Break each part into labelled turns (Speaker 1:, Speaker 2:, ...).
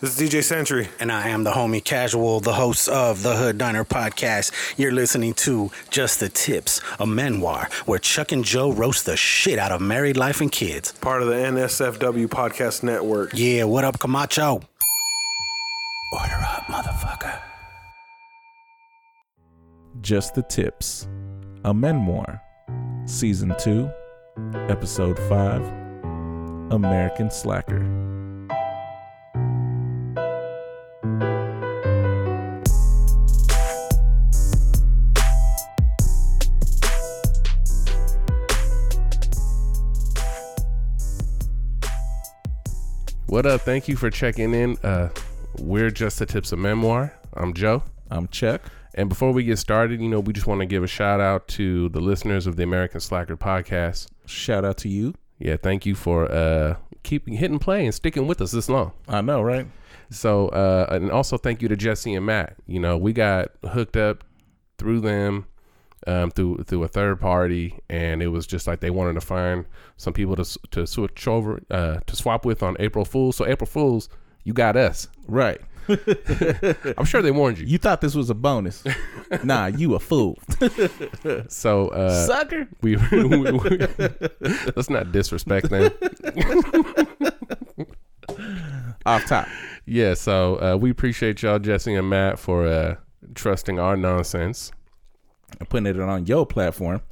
Speaker 1: This is DJ Century.
Speaker 2: And I am the homie casual, the host of the Hood Diner podcast. You're listening to Just the Tips, a memoir where Chuck and Joe roast the shit out of married life and kids.
Speaker 1: Part of the NSFW Podcast Network.
Speaker 2: Yeah, what up, Camacho? Order up, motherfucker.
Speaker 3: Just the Tips, a memoir, season two, episode five, American Slacker.
Speaker 4: What up? Thank you for checking in. Uh, we're just the tips of memoir. I'm Joe.
Speaker 3: I'm Chuck.
Speaker 4: And before we get started, you know, we just want to give a shout out to the listeners of the American Slacker podcast.
Speaker 3: Shout out to you.
Speaker 4: Yeah, thank you for uh, keeping hitting play and sticking with us this long.
Speaker 3: I know, right?
Speaker 4: So, uh, and also thank you to Jesse and Matt. You know, we got hooked up through them, um, through through a third party, and it was just like they wanted to find some people to s- to switch over uh, to swap with on April Fools. So April Fools, you got us.
Speaker 3: Right.
Speaker 4: I'm sure they warned you.
Speaker 3: You thought this was a bonus. nah, you a fool.
Speaker 4: So uh,
Speaker 3: Sucker.
Speaker 4: we, we- we- let's not disrespect them.
Speaker 3: Off top.
Speaker 4: Yeah. So uh, we appreciate y'all, Jesse and Matt, for uh, trusting our nonsense.
Speaker 3: I'm putting it on your platform.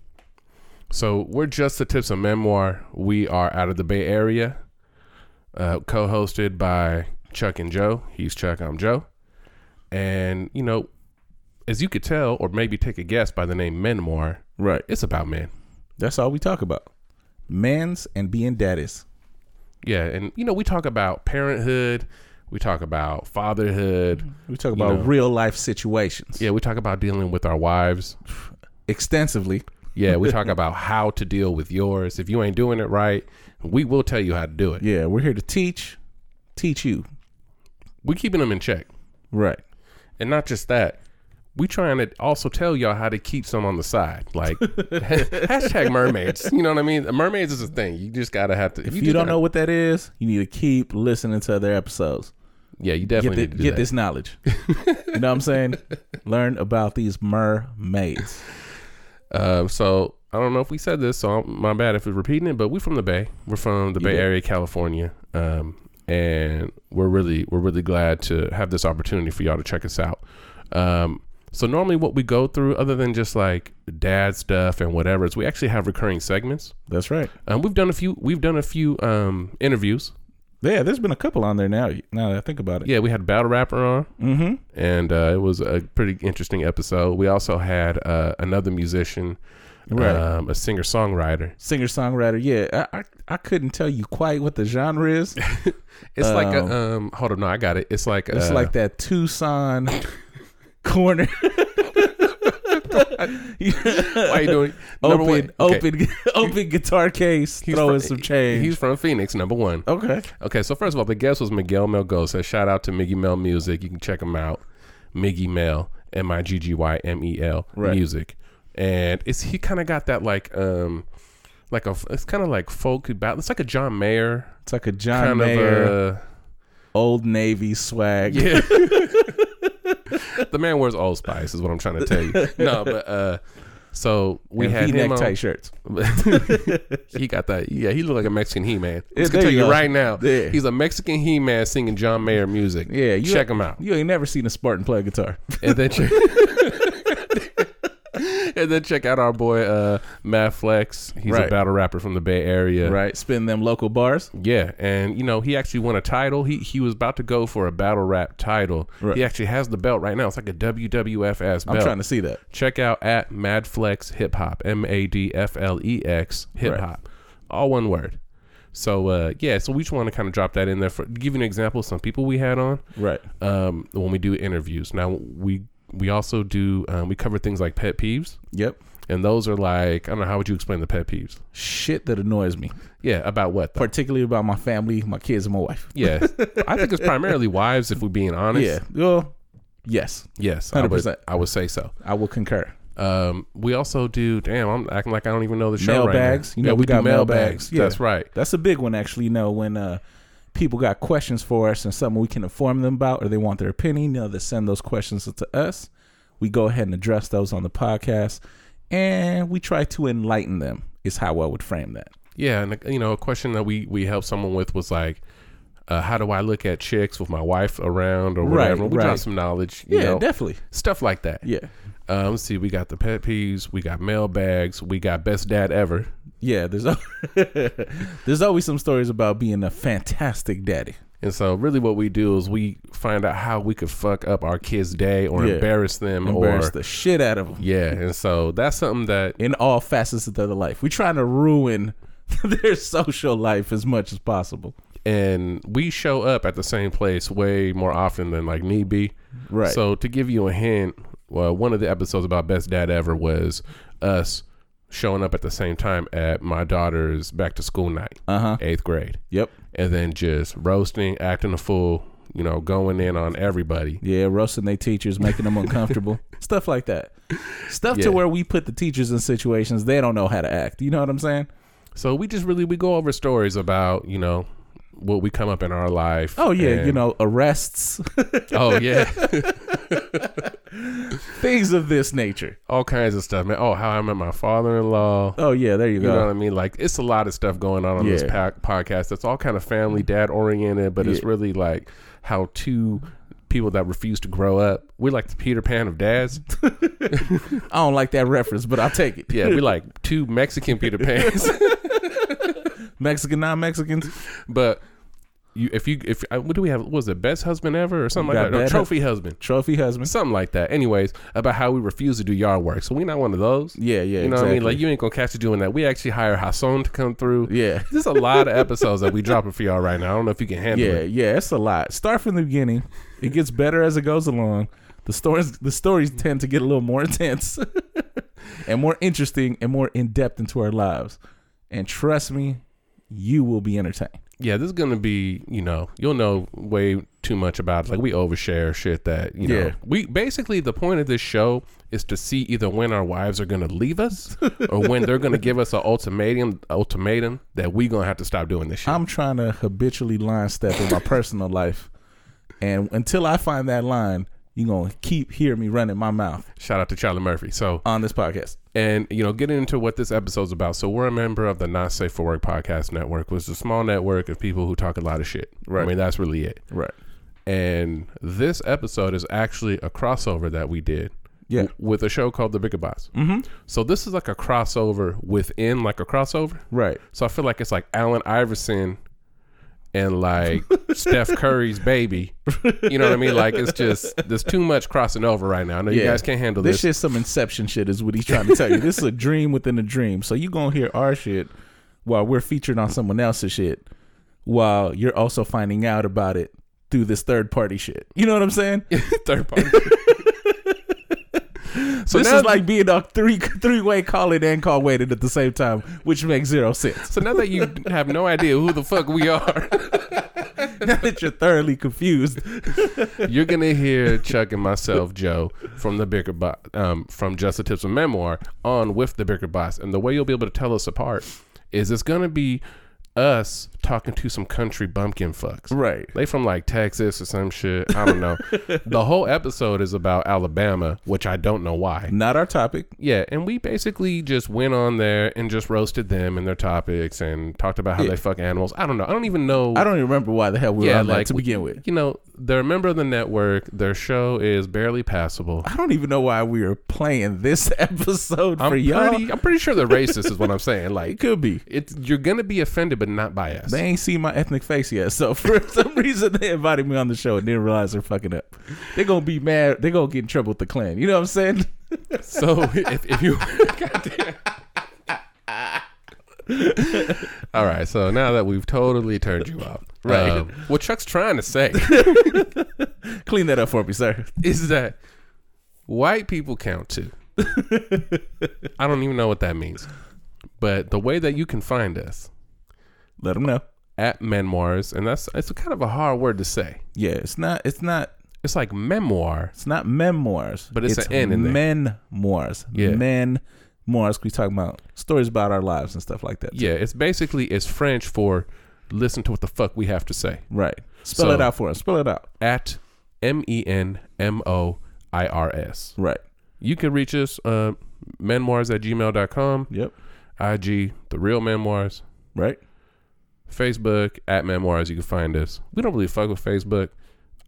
Speaker 4: So we're just the tips of memoir. We are out of the Bay Area, uh, co-hosted by Chuck and Joe. He's Chuck. I'm Joe. And you know, as you could tell, or maybe take a guess by the name memoir,
Speaker 3: Right.
Speaker 4: it's about men.
Speaker 3: That's all we talk about. Mans and being daddies.
Speaker 4: Yeah, and you know, we talk about parenthood. We talk about fatherhood.
Speaker 3: We talk about
Speaker 4: know.
Speaker 3: real life situations.
Speaker 4: Yeah, we talk about dealing with our wives.
Speaker 3: Extensively.
Speaker 4: Yeah, we talk about how to deal with yours. If you ain't doing it right, we will tell you how to do it.
Speaker 3: Yeah, we're here to teach, teach you.
Speaker 4: we keeping them in check.
Speaker 3: Right.
Speaker 4: And not just that, we trying to also tell y'all how to keep some on the side. Like hashtag mermaids. You know what I mean? Mermaids is a thing. You just gotta have to.
Speaker 3: If you, don't know what that is, you need to keep listening to other episodes.
Speaker 4: yeah, you
Speaker 3: Get,
Speaker 4: definitely
Speaker 3: thi-
Speaker 4: need to do
Speaker 3: get
Speaker 4: that.
Speaker 3: this knowledge. you know what I'm saying? Learn about these mermaids.
Speaker 4: Um, so I don't know if we said this, so I'm, my bad if we're repeating it. But we're from the Bay. We're from the Bay
Speaker 3: did.
Speaker 4: Area, California, um, and we're really we're really glad to have this opportunity for y'all to check us out. Um, so normally, what we go through, other than just like dad stuff and whatever, is we actually have recurring segments.
Speaker 3: That's right.
Speaker 4: Um, we've done a few. We've done a few um, interviews.
Speaker 3: Yeah, there's been a couple on there now. Now that I think about it.
Speaker 4: Yeah, we had battle rapper on,
Speaker 3: Mm-hmm.
Speaker 4: and uh, it was a pretty interesting episode. We also had uh, another musician,
Speaker 3: Right.
Speaker 4: um, a singer songwriter.
Speaker 3: Singer songwriter. Yeah, I, I I couldn't tell you quite what the genre is.
Speaker 4: It's like
Speaker 3: Um,
Speaker 4: a um. Hold on, no, I got it. It's like
Speaker 3: It's
Speaker 4: uh,
Speaker 3: like that Tucson corner.
Speaker 4: Why you doing
Speaker 3: open,
Speaker 4: okay,
Speaker 3: open, open guitar case.
Speaker 4: he's
Speaker 3: throw
Speaker 4: from-
Speaker 3: in some change.
Speaker 4: He's from Phoenix. Number one.
Speaker 3: okay.
Speaker 4: Okay, so first of all, the guest was Miguel Melgosa. Shout out to Miggy Mel Music. You can check him out. Miggy Mel, M I G G Y M E L
Speaker 3: Right.
Speaker 4: Music, and it's he kind of got that like um like a it's kind of like folk about it's like a John Mayer
Speaker 3: It's like a John
Speaker 4: kind
Speaker 3: Mayer,
Speaker 4: of
Speaker 3: old Navy swag.
Speaker 4: a yeah. the man wears Old Spice is what I'm trying to tell you. No, but uh, so we
Speaker 3: and
Speaker 4: had
Speaker 3: V-neck
Speaker 4: him on.
Speaker 3: tight shirts.
Speaker 4: he got that. Yeah, he looked like a Mexican He Man.
Speaker 3: Yeah,
Speaker 4: Just gonna
Speaker 3: there
Speaker 4: tell
Speaker 3: you
Speaker 4: you
Speaker 3: go.
Speaker 4: right now,
Speaker 3: Yeah.
Speaker 4: he's a Mexican He Man singing John Mayer music.
Speaker 3: Yeah, you-
Speaker 4: check him out.
Speaker 3: You ain't never seen a Spartan play a guitar.
Speaker 4: and then check, and then check out our boy uh, Matt Flex. He's
Speaker 3: Right.
Speaker 4: a battle rapper from the Bay Area.
Speaker 3: Right. Spin them local bars.
Speaker 4: Yeah, and you know he actually won a title. He he was about to go for a battle rap title.
Speaker 3: Right.
Speaker 4: He actually has the belt right now. It's like a WWFS
Speaker 3: I'm
Speaker 4: belt.
Speaker 3: trying to see that.
Speaker 4: check out at Madflex Hip Hop, M A D F L E X Hip
Speaker 3: Right.
Speaker 4: Hop, all one word. So uh, yeah, so we just want to kind of drop that in there for give you an example. of Some people we had on
Speaker 3: Right.
Speaker 4: um, when we do interviews. Now we we also do um, we cover things like pet peeves,
Speaker 3: Yep.
Speaker 4: and those are like I don't know how would you explain the pet peeves?
Speaker 3: Shit that annoys me,
Speaker 4: Yeah, about what? Though?
Speaker 3: particularly about my family, my kids, and my wife.
Speaker 4: yeah, I think it's primarily wives if we're being honest.
Speaker 3: Yeah. Well, yes,
Speaker 4: Yes, I would,
Speaker 3: 100%.
Speaker 4: I would say so.
Speaker 3: I will concur.
Speaker 4: Um, we also do. Damn, I'm acting like I don't even know the show.
Speaker 3: Mail
Speaker 4: right now.
Speaker 3: bags. You know,
Speaker 4: yeah,
Speaker 3: we
Speaker 4: we, do
Speaker 3: got mail
Speaker 4: mail
Speaker 3: bags.
Speaker 4: bags.
Speaker 3: Yeah.
Speaker 4: That's right.
Speaker 3: That's a big one, actually. You know, when uh, people got questions for us and something we can inform them about or they want their opinion, you know, they send those questions to us. We go ahead and address those on the podcast and we try to enlighten them, is how I would frame that.
Speaker 4: Yeah, and you know, a question that we we helped someone with was like, uh, how do I look at chicks with my wife around or
Speaker 3: Right,
Speaker 4: whatever? we got
Speaker 3: right.
Speaker 4: some knowledge, you
Speaker 3: Yeah,
Speaker 4: know,
Speaker 3: definitely.
Speaker 4: stuff like that.
Speaker 3: Yeah.
Speaker 4: Um, let's see, we got the pet peeves, we got mailbags, we got best dad ever.
Speaker 3: Yeah, there's al- there's always some stories about being a fantastic daddy.
Speaker 4: And so, really, what we do is we find out how we could fuck up our kids' day or
Speaker 3: Yeah.
Speaker 4: embarrass them
Speaker 3: Embarrass
Speaker 4: or
Speaker 3: the shit out of them
Speaker 4: yeah. And so that's something that
Speaker 3: in all facets of their life. We're trying to ruin their social life as much as possible.
Speaker 4: and we show up at the same place way more often than like need be.
Speaker 3: Right.
Speaker 4: So to give you a hint, well, one of the episodes about best dad ever was us showing up at the same time at my daughter's back to school night,
Speaker 3: Uh-huh.
Speaker 4: eighth grade,
Speaker 3: Yep.
Speaker 4: and then just roasting, acting a fool, you know, going in on everybody.
Speaker 3: Yeah, roasting their teachers, making them uncomfortable, stuff like that. Stuff
Speaker 4: Yeah.
Speaker 3: to where we put the teachers in situations they don't know how to act. You know what I'm saying?
Speaker 4: So we just really we go over stories about you know what we come up in our life.
Speaker 3: Oh yeah, you
Speaker 4: and-
Speaker 3: know arrests,
Speaker 4: Oh yeah.
Speaker 3: things of this nature.
Speaker 4: all kinds of stuff, man. Oh, how I met my father-in-law.
Speaker 3: Oh yeah, there you
Speaker 4: You
Speaker 3: go.
Speaker 4: know what I mean? Like it's a lot of stuff going on on this
Speaker 3: Yeah.
Speaker 4: po- podcast. That's all kind of family dad oriented, but it's
Speaker 3: Yeah.
Speaker 4: really like how two people that refuse to grow up. We're like the Peter Pan of dads.
Speaker 3: I don't like that reference, but I'll take it.
Speaker 4: Yeah, we like two Mexican Peter Pans.
Speaker 3: Mexican, non-Mexicans.
Speaker 4: but you, if you, if uh, what do we have? What was it best husband ever or something
Speaker 3: got
Speaker 4: like that? No,
Speaker 3: bad
Speaker 4: trophy husband,
Speaker 3: trophy husbands.
Speaker 4: something like that. Anyways, about how we refuse to do yard work. So we're not one of those.
Speaker 3: Yeah, yeah,
Speaker 4: You know what I mean?
Speaker 3: exactly.
Speaker 4: Like you ain't gonna catch you doing that. We actually hire Hassan to come through.
Speaker 3: Yeah.
Speaker 4: There's a lot of episodes that we dropping for y'all right now. I don't know if you can handle
Speaker 3: Yeah,
Speaker 4: it.
Speaker 3: yeah, it's a lot. Start from the beginning. It gets better as it goes along. The stories the stories tend to get a little more intense and more interesting and more in depth into our lives. And trust me, you will be entertained.
Speaker 4: Yeah, this is gonna be, you know, you'll know way too much about it. Like we overshare shit that, you know.
Speaker 3: Yeah.
Speaker 4: We basically the point of this show is to see either when our wives are gonna leave us or when they're gonna give us an ultimatum ultimatum that we gonna have to stop doing this shit.
Speaker 3: I'm trying to habitually line step in my personal life. And until I find that line, you're going to keep hearing me running my mouth
Speaker 4: Shout out to Charlie Murphy. So
Speaker 3: on this podcast.
Speaker 4: and you know getting into what this episode's about so we're a member of the not safe for work podcast network which is a small network of people who talk a lot of shit i
Speaker 3: Right.
Speaker 4: mean that's really it
Speaker 3: Right.
Speaker 4: and this episode is actually a crossover that we did
Speaker 3: Yeah.
Speaker 4: with a show called the bigger boss mm-hmm. so this is like a crossover within like a crossover
Speaker 3: Right.
Speaker 4: so i feel like it's like alan iverson and like steph curry's baby you know what i mean like it's just there's too much crossing over right now i know you guys can't handle this,
Speaker 3: This shit's some inception shit, is what he's trying to tell you. This is a dream within a dream. So you gonna hear our shit while we're featured on someone else's shit, while you're also finding out about it through this third party shit. You know what I'm saying?
Speaker 4: third party
Speaker 3: So this
Speaker 4: now-
Speaker 3: is like being a three three way call in and call waited at the same time, which makes zero sense.
Speaker 4: So now that you have no idea who the fuck we are,
Speaker 3: Now that you're thoroughly confused,
Speaker 4: you're gonna hear Chuck and myself, Joe, from the bigger boss, um, from Just the Tips of Memoir, on with the bigger boss. And the way you'll be able to tell us apart is it's gonna be us talking to some country bumpkin fucks.
Speaker 3: right?
Speaker 4: They from like Texas or some shit. I don't know. the whole episode is about Alabama, which I don't know why.
Speaker 3: Not our topic.
Speaker 4: Yeah, and we basically just went on there and just roasted them and their topics and talked about how they fuck animals. I don't know. I don't even know.
Speaker 3: I don't even remember why the hell we were on that to
Speaker 4: we-
Speaker 3: begin with.
Speaker 4: You know, they're a member of the network. Their show is barely passable.
Speaker 3: I don't even know why we were playing this episode
Speaker 4: I'm
Speaker 3: for
Speaker 4: pretty,
Speaker 3: y'all.
Speaker 4: I'm pretty sure they're racist, is what I'm saying.
Speaker 3: It
Speaker 4: Like,
Speaker 3: could be.
Speaker 4: it's you're gonna be offended, but not by us.
Speaker 3: They ain't seen my ethnic face yet, so for some reason they invited me on the show and didn't realize they're fucking up. They're gonna be mad. They're gonna get in trouble with the clan. You know what I'm saying?
Speaker 4: So if, if you, Goddamn. All right. So now that we've totally turned you off,
Speaker 3: Right.
Speaker 4: what Chuck's trying to say
Speaker 3: Clean that up for me, sir.
Speaker 4: is that white people count too. I don't even know what that means, but the way that you can find us
Speaker 3: Let them know.
Speaker 4: at memoirs, and that's it's kind of a hard word to say.
Speaker 3: Yeah, it's not. It's not.
Speaker 4: It's like memoir.
Speaker 3: It's not memoirs,
Speaker 4: But it's an N in there.
Speaker 3: Memoirs.
Speaker 4: Yeah.
Speaker 3: Memoirs. We talking about stories about our lives and stuff like that.
Speaker 4: Yeah, it's basically it's French for listen to what the fuck we have to say.
Speaker 3: Right. Spell
Speaker 4: So-
Speaker 3: it out for us. Spell it out.
Speaker 4: At M E N M O I R S.
Speaker 3: Right.
Speaker 4: You can reach us, uh, memoirs at gmail.com,
Speaker 3: Yep.
Speaker 4: IG, The Real Memoirs,
Speaker 3: Right.
Speaker 4: Facebook, at Memoirs. You can find us. We don't really fuck with Facebook.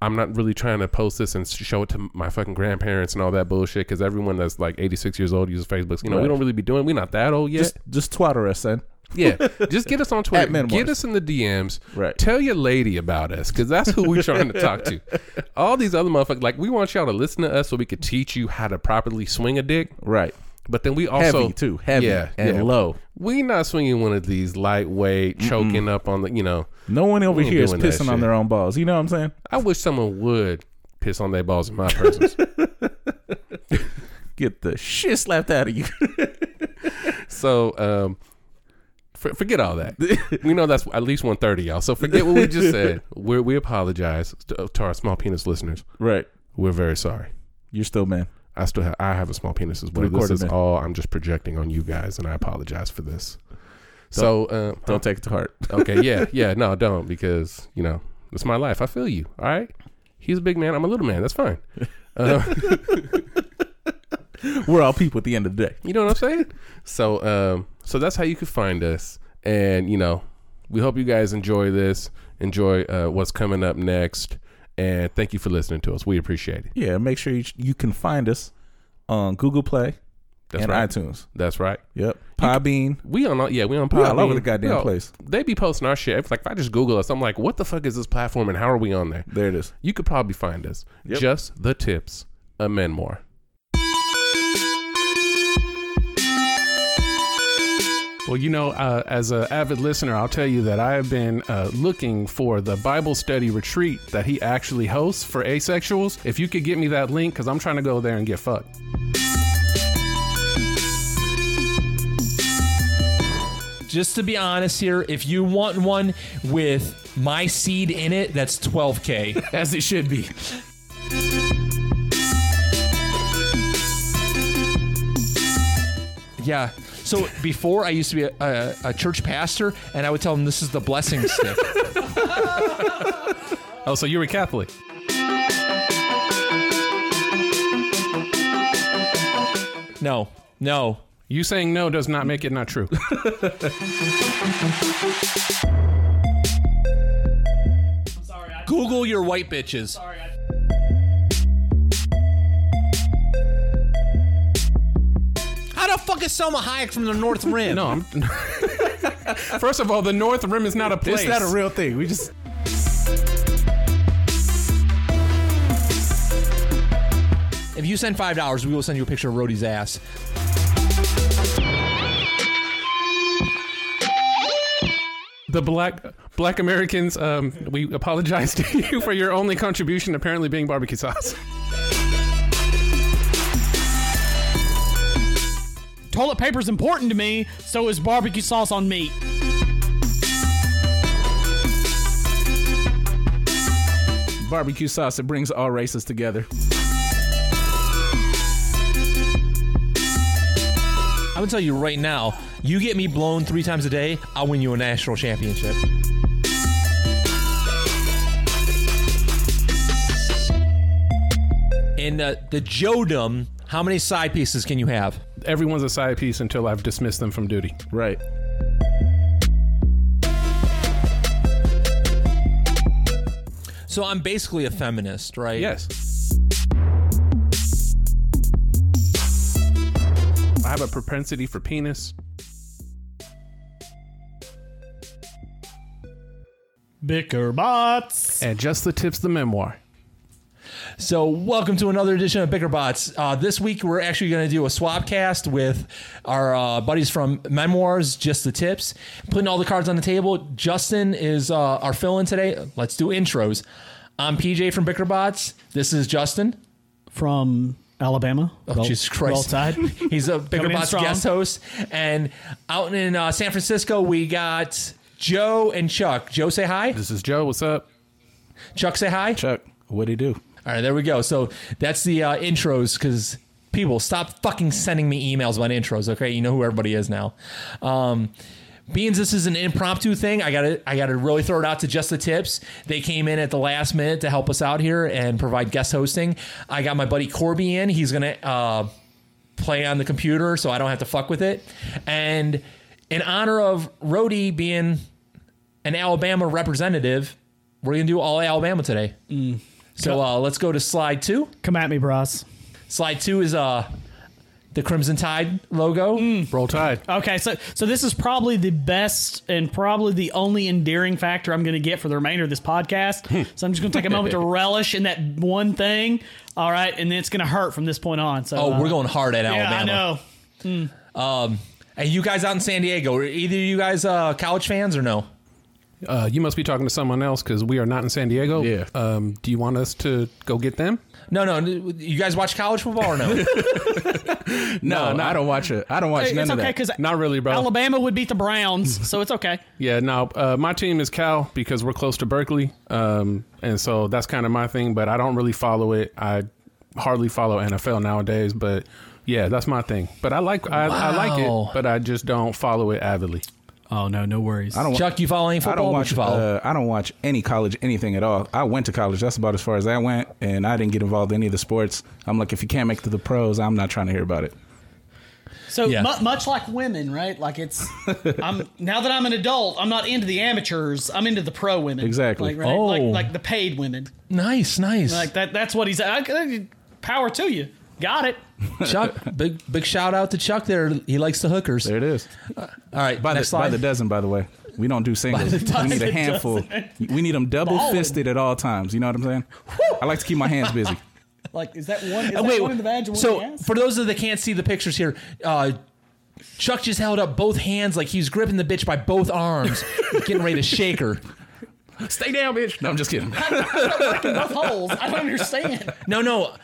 Speaker 4: I'm not really trying to post this and show it to my fucking grandparents and all that bullshit because everyone that's like 86 years old uses Facebook. You know, we
Speaker 3: Right.
Speaker 4: don't really be doing. We're not that old yet.
Speaker 3: Just just twitter us, son.
Speaker 4: Yeah, just get us on Twitter.
Speaker 3: Memoirs.
Speaker 4: Get us in the DMs.
Speaker 3: Right.
Speaker 4: Tell your lady about us because that's who we're trying to talk to. All these other motherfuckers, like we want y'all to listen to us so we could teach you how to properly swing a dick.
Speaker 3: Right.
Speaker 4: But then we also
Speaker 3: heavy too. Heavy and low.
Speaker 4: We not swinging one of these lightweight, choking up on the. You know,
Speaker 3: No one over
Speaker 4: We ain't
Speaker 3: here is
Speaker 4: doing that
Speaker 3: pissing on
Speaker 4: shit.
Speaker 3: their own balls. You know what I'm saying?
Speaker 4: I wish someone would piss on their balls in my presence.
Speaker 3: Get the shit slapped out of you.
Speaker 4: so, um, for, forget all that. we know that's at least one thirty, y'all. So forget what we just said. We're, we apologize to, to our small penis listeners.
Speaker 3: right.
Speaker 4: We're very sorry.
Speaker 3: You're still man.
Speaker 4: I still have, I have a small penis as well. This
Speaker 3: Three-quarter
Speaker 4: is
Speaker 3: man.
Speaker 4: all I'm just projecting on you guys, and I apologize for this. so uh,
Speaker 3: Don't take it to heart.
Speaker 4: okay, yeah, yeah, no, don't because you know it's my life. I feel you. All right, he's a big man. I'm a little man. That's fine. Uh,
Speaker 3: We're all people at the end of the day.
Speaker 4: you know what I'm saying? So um, so that's how you can find us, and you know, we hope you guys enjoy this, enjoy uh, what's coming up next, and thank you for listening to us. We appreciate it.
Speaker 3: Yeah. Make sure you you can find us on Google Play
Speaker 4: That's
Speaker 3: and
Speaker 4: right.
Speaker 3: iTunes.
Speaker 4: That's right.
Speaker 3: Yep. Podbean.
Speaker 4: We on all- yeah, we on
Speaker 3: We all
Speaker 4: Podbean.
Speaker 3: over the goddamn
Speaker 4: We
Speaker 3: place.
Speaker 4: They be posting our shit. It's Like if I just Google us, I'm like, what the fuck is this platform and how are we on there?
Speaker 3: There it is.
Speaker 4: You could probably find us.
Speaker 3: Yep.
Speaker 4: Just the tips, a memoir.
Speaker 5: Well, you know, uh, as an avid listener, I'll tell you that I have been uh, looking for the Bible study retreat that he actually hosts for asexuals. If you could get me that link, because I'm trying to go there and get fucked.
Speaker 6: just to be honest here, if you want one with my seed in it, that's 12K.
Speaker 5: As it should be.
Speaker 6: yeah. So before I used to be a, a, a church pastor, and I would tell them this is the blessing stick.
Speaker 5: Oh, so you were Catholic.
Speaker 6: No, no.
Speaker 5: You saying no does not make it not true.
Speaker 6: Google your white bitches. How the fuck is Selma Hayek from the North Rim?
Speaker 5: No, I'm. First of all, the North Rim is not a place.
Speaker 7: It's not a real thing. We just
Speaker 6: If you send five dollars, we will send you a picture of Rhodey's ass.
Speaker 5: the black black Americans. Um, we apologize to you for your only contribution apparently being barbecue sauce.
Speaker 8: Toilet paper's important to me, so is barbecue sauce on meat.
Speaker 3: Barbecue sauce. It brings all races together.
Speaker 6: I'm gonna tell you right now, you get me blown three times a day, I'll win you a national championship. In uh, the Jodom, how many side pieces can you have?
Speaker 5: Everyone's a side piece until I've dismissed them from duty.
Speaker 3: Right.
Speaker 6: So I'm basically a feminist, right?
Speaker 5: Yes. I have a propensity for penis.
Speaker 8: Bicker bots.
Speaker 5: And just the tips, the memoir.
Speaker 6: So welcome to another edition of BickerBots. Uh, this week we're actually going to do a swap cast with our uh, buddies from Memoirs, Just the Tips, putting all the cards on the table. Justin is uh, our fill-in today. Let's do intros. I'm PJ from BickerBots. This is Justin.
Speaker 8: From Alabama.
Speaker 6: Oh, Jesus Christ.
Speaker 8: Roll Tide.
Speaker 6: He's a
Speaker 8: in
Speaker 6: BickerBots
Speaker 8: strong.
Speaker 6: guest host. And out in uh, San Francisco we got Joe and Chuck. Joe, say hi.
Speaker 5: This is Joe. What's up?
Speaker 6: Chuck, say hi.
Speaker 3: Chuck. What'd he do?
Speaker 6: All right, there we go. So that's the uh, intros because people stop fucking sending me emails about intros. Okay, you know who everybody is now. Um, Being this is an impromptu thing, I gotta I gotta really throw it out to just the tips. They came in at the last minute to help us out here and provide guest hosting. I got my buddy Corby in. He's gonna uh, play on the computer, so I don't have to fuck with it. And in honor of Rhodey being an Alabama representative, we're gonna do all Alabama today. So uh, let's go to slide two.
Speaker 8: Come at me, bros.
Speaker 6: Slide two is uh the Crimson Tide logo.
Speaker 3: Mm.
Speaker 4: Roll Tide.
Speaker 8: Okay, so so this is probably the best and probably the only endearing factor I'm going to get for the remainder of this podcast.
Speaker 6: Hmm.
Speaker 8: so I'm just going to take a moment to relish in that one thing. All right, and then it's going to hurt from this point on. So
Speaker 6: Oh,
Speaker 8: uh,
Speaker 6: we're going hard at
Speaker 8: yeah,
Speaker 6: Alabama.
Speaker 8: I know.
Speaker 6: And you guys out in San Diego, are either you guys uh, college fans or no?
Speaker 4: Uh, you must be talking to someone else because we are not in San Diego.
Speaker 9: Yeah.
Speaker 4: Um, do you want us to go get them?
Speaker 6: No, no. You guys watch college football or no?
Speaker 9: No, I don't watch it. I don't watch
Speaker 8: It's
Speaker 9: none of
Speaker 8: okay
Speaker 9: that.
Speaker 8: because
Speaker 4: Not really, bro.
Speaker 8: Alabama would beat the Browns, so it's okay.
Speaker 4: Yeah, no. Uh, my team is Cal because we're close to Berkeley, um, and so that's kind of my thing. But I don't really follow it. I hardly follow NFL nowadays. But yeah, that's my thing. But I like I, I like
Speaker 6: Wow.
Speaker 4: it, but I just don't follow it avidly.
Speaker 10: Oh no, no worries.
Speaker 3: I don't.
Speaker 6: Chuck, you follow any football?
Speaker 3: I don't
Speaker 6: What
Speaker 3: watch.
Speaker 6: you follow?
Speaker 3: Uh, I don't watch any college anything at all. I went to college. That's about as far as I went, and I didn't get involved in any of the sports. I'm like, if you can't make it to the pros, I'm not trying to hear about it.
Speaker 8: So
Speaker 6: Yeah.
Speaker 8: mu- much like women, right? Like it's I'm now that I'm an adult, I'm not into the amateurs. I'm into the pro women.
Speaker 3: Exactly.
Speaker 8: Like, right?
Speaker 6: Oh.
Speaker 8: like like the paid women.
Speaker 6: nice, nice.
Speaker 8: Like that. That's what he's. I, I- power to you. Got it.
Speaker 6: Chuck, big big shout out to Chuck there. He likes the hookers.
Speaker 3: There it is.
Speaker 6: All right,
Speaker 3: By
Speaker 6: next
Speaker 3: the, by
Speaker 6: slide.
Speaker 3: the dozen, by the way. We don't do singles.
Speaker 6: By the
Speaker 3: We need
Speaker 6: dozen.
Speaker 3: a handful. We need them double fisted at all times. You know what I'm saying? I like to keep my hands busy.
Speaker 8: Like is that one? Is
Speaker 6: Uh,
Speaker 8: that
Speaker 6: wait,
Speaker 8: one in the badge? and One in the
Speaker 6: so
Speaker 8: ass?
Speaker 6: for those of that can't see the pictures here, uh, Chuck just held up both hands like he was gripping the bitch by both arms, getting ready to shake her.
Speaker 3: Stay down, bitch. No, I'm just kidding.
Speaker 8: both holes. I don't understand.
Speaker 6: No, no.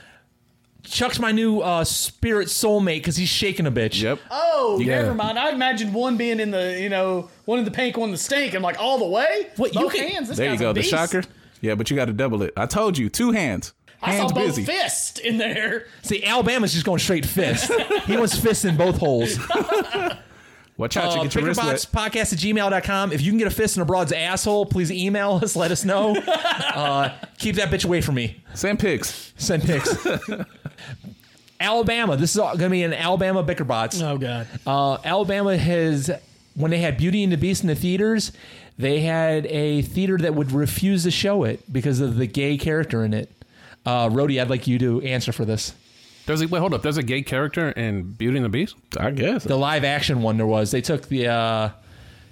Speaker 6: Chuck's my new uh, spirit soulmate because he's shaking a bitch.
Speaker 3: Yep.
Speaker 8: Oh,
Speaker 4: Yeah.
Speaker 8: never mind. I imagined one being in the you know one in the pink, one in the stink. I'm like all the way.
Speaker 6: What, you
Speaker 8: both
Speaker 6: can-
Speaker 8: hands? This
Speaker 3: There you
Speaker 8: guy's
Speaker 3: go.
Speaker 8: A
Speaker 3: The
Speaker 8: beast.
Speaker 3: shocker. Yeah, but you got to double it. I told you, two hands.
Speaker 8: I saw
Speaker 3: Hands
Speaker 8: both
Speaker 3: busy.
Speaker 8: fists in there.
Speaker 6: See, Alabama's just going straight fist. he wants fists in both holes.
Speaker 3: Watch out,
Speaker 6: Uh,
Speaker 3: you get your wrist wet.
Speaker 6: Pickerbox podcast at gmail.com. If you can get a fist in a broad's asshole, please email us. Let us know. uh, keep that bitch away from me.
Speaker 3: Send pics.
Speaker 6: Send pics. Alabama. This is going to be an Alabama Bickerbots.
Speaker 8: Oh god.
Speaker 6: Uh, Alabama has, when they had Beauty and the Beast in the theaters, they had a theater that would refuse to show it because of the gay character in it. Uh, Rhodey, I'd like you to answer for this.
Speaker 4: There's a wait, hold up. There's a gay character in Beauty and the Beast.
Speaker 3: I guess.
Speaker 6: The live action one there was. They took the uh,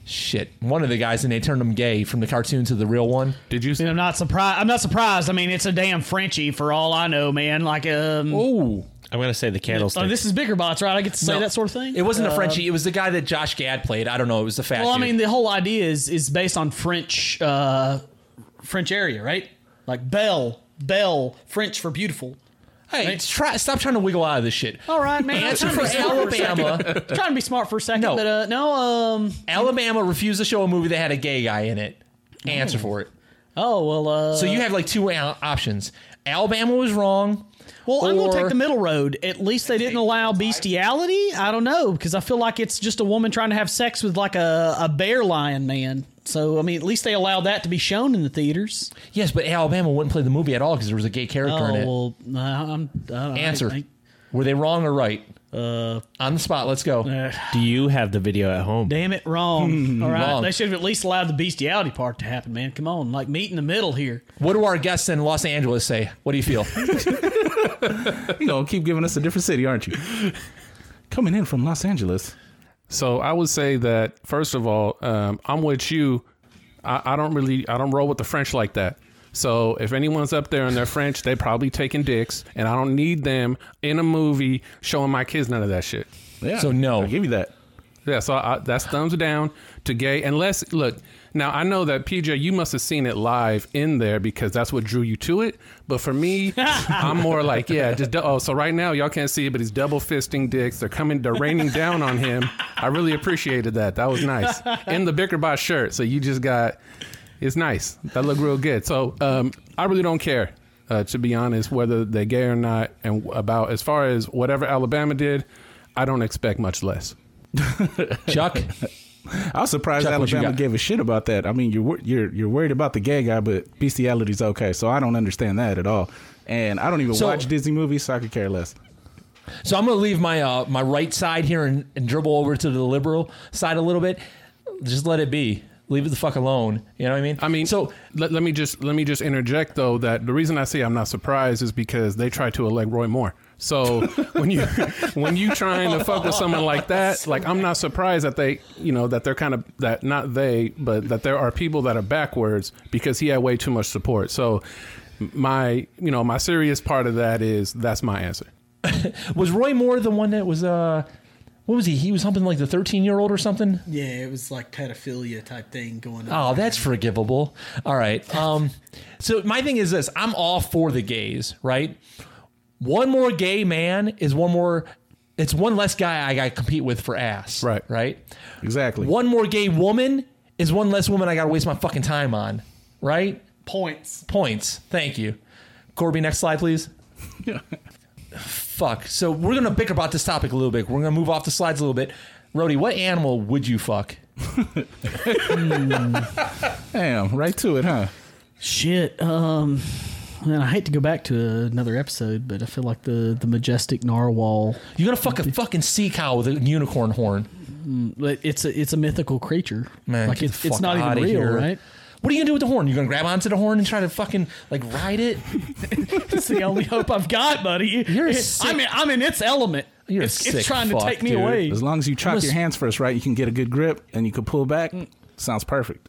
Speaker 6: shit one of the guys and they turned him gay from the cartoon to the real one.
Speaker 4: Did you?
Speaker 8: I mean, I'm not surprised. I'm not surprised. I mean, it's a damn Frenchie for all I know, man. Like, um,
Speaker 6: Ooh,
Speaker 11: I'm gonna say the candlestick.
Speaker 8: oh, this is bigger bots, right? I get to say
Speaker 6: No.
Speaker 8: that sort of thing. Uh,
Speaker 6: it wasn't a Frenchie. It was the guy that Josh Gad played. I don't know. It was the fat.
Speaker 8: well, I
Speaker 6: dude.
Speaker 8: mean, the whole idea is is based on French uh, French area, right? Like Belle, Belle, French for beautiful.
Speaker 6: hey, try, stop trying to wiggle out of this shit.
Speaker 8: All right, man. I'm
Speaker 6: Answer
Speaker 8: trying,
Speaker 6: for
Speaker 8: to be smart for a second.
Speaker 6: Alabama.
Speaker 8: I'm trying to be smart for a second,
Speaker 6: No.
Speaker 8: but uh, no. Um,
Speaker 6: Alabama refused to show a movie that had a gay guy in it. Answer for it.
Speaker 8: oh well. Uh,
Speaker 6: So you have like two al- options. Alabama was wrong.
Speaker 8: well, I'm gonna
Speaker 6: or-
Speaker 8: take the middle road. At least they didn't allow bestiality. I don't know because I feel like it's just a woman trying to have sex with like a, a bear lion man. So I mean, at least they allowed that to be shown in the theaters.
Speaker 6: Yes, but Alabama wouldn't play the movie at all because there was a gay character
Speaker 8: Oh
Speaker 6: in it.
Speaker 8: well, no, I'm I don't- I
Speaker 6: Answer.
Speaker 8: think-
Speaker 6: Were they wrong or right?
Speaker 8: Uh,
Speaker 6: On the spot. Let's go.
Speaker 11: Do you have the video at home?
Speaker 8: Damn it, wrong. All right,
Speaker 6: Wrong.
Speaker 8: they should have at least allowed the bestiality part to happen, man. Come on, like meet in the middle here.
Speaker 6: What do our guests in Los Angeles say? What do you feel?
Speaker 3: You know, keep giving us a different city, aren't you? Coming in from Los Angeles.
Speaker 4: So I would say that first of all, um, I'm with you. I, I don't really, I don't roll with the French like that. So if anyone's up there and they're French, they probably taking dicks, and I don't need them in a movie showing my kids none of that shit.
Speaker 3: Yeah.
Speaker 6: So, no.
Speaker 3: I'll give you that.
Speaker 4: Yeah, so I, that's thumbs down to gay. Unless, look, now I know that PJ, you must have seen it live in there because that's what drew you to it. But for me, I'm more like, yeah, just dou- oh. So right now, y'all can't see it, but he's double fisting dicks. They're coming, they're raining down on him. I really appreciated that. That was nice. And the Bickerbot shirt. So you just got, it's nice. That looked real good. So um, I really don't care. Uh, to be honest, whether they're gay or not, and about as far as whatever Alabama did, I don't expect much less.
Speaker 6: Chuck?
Speaker 3: I was surprised
Speaker 6: Chuck, what you
Speaker 3: Alabama
Speaker 6: got?
Speaker 3: gave a shit about that. I mean, you're wor- you're you're worried about the gay guy, but bestiality's okay. So I don't understand that at all. And I don't even
Speaker 6: So-
Speaker 3: watch Disney movies, so I could care less.
Speaker 6: So I'm going to leave my uh, my right side here and, and dribble over to the liberal side a little bit. Just let it be. Leave it the fuck alone. You know what I mean?
Speaker 4: I mean,
Speaker 6: so
Speaker 4: so let, let me just let me just interject though that the reason I say I'm not surprised is because they tried to elect Roy Moore. So when you when you trying to fuck with someone like that, like I'm not surprised that they, you know, that they're kind of that not they, but that there are people that are backwards because he had way too much support. So my, you know, my serious part of that is that's my answer.
Speaker 6: was Roy Moore the one that was uh what was he? He was something like the 13 year old or something.
Speaker 10: Yeah, it was like pedophilia type thing going on.
Speaker 6: Oh, that's forgivable. All right. Um, so my thing is this: I'm all for the gays, right? One more gay man is one more. It's one less guy I got to compete with for ass.
Speaker 4: Right.
Speaker 6: Right.
Speaker 3: Exactly.
Speaker 6: One more gay woman is one less woman I got to waste my fucking time on. Right.
Speaker 10: Points.
Speaker 6: Points. Thank you, Corby. Next slide, please. Fuck. So we're gonna bicker about this topic a little bit. We're gonna move off the slides a little bit. Rody, what animal would you fuck?
Speaker 3: Damn, right to it, huh?
Speaker 10: Shit. Um, man, I hate to go back to another episode, but I feel like the the majestic narwhal.
Speaker 6: You're gonna fuck a fucking sea cow with a unicorn horn.
Speaker 10: But it's a it's a mythical creature.
Speaker 6: Man,
Speaker 10: like
Speaker 6: get
Speaker 10: it's
Speaker 6: the
Speaker 10: it's
Speaker 6: fuck
Speaker 10: not
Speaker 6: outta
Speaker 10: even real,
Speaker 6: here.
Speaker 10: right?
Speaker 6: What are you gonna do with the horn? You gonna grab onto the horn and try to fucking like ride it?
Speaker 10: It's the only hope I've got, buddy.
Speaker 6: You're a
Speaker 10: It-
Speaker 6: sick-
Speaker 10: I'm in, I'm in its element.
Speaker 6: You're a
Speaker 10: it's,
Speaker 6: sick
Speaker 10: it's trying
Speaker 6: fuck,
Speaker 10: to take me
Speaker 6: dude.
Speaker 10: away.
Speaker 3: As long as you chop
Speaker 6: Was-
Speaker 3: your hands first, right, you can get a good grip and you can pull back.
Speaker 10: Mm.
Speaker 3: Sounds perfect.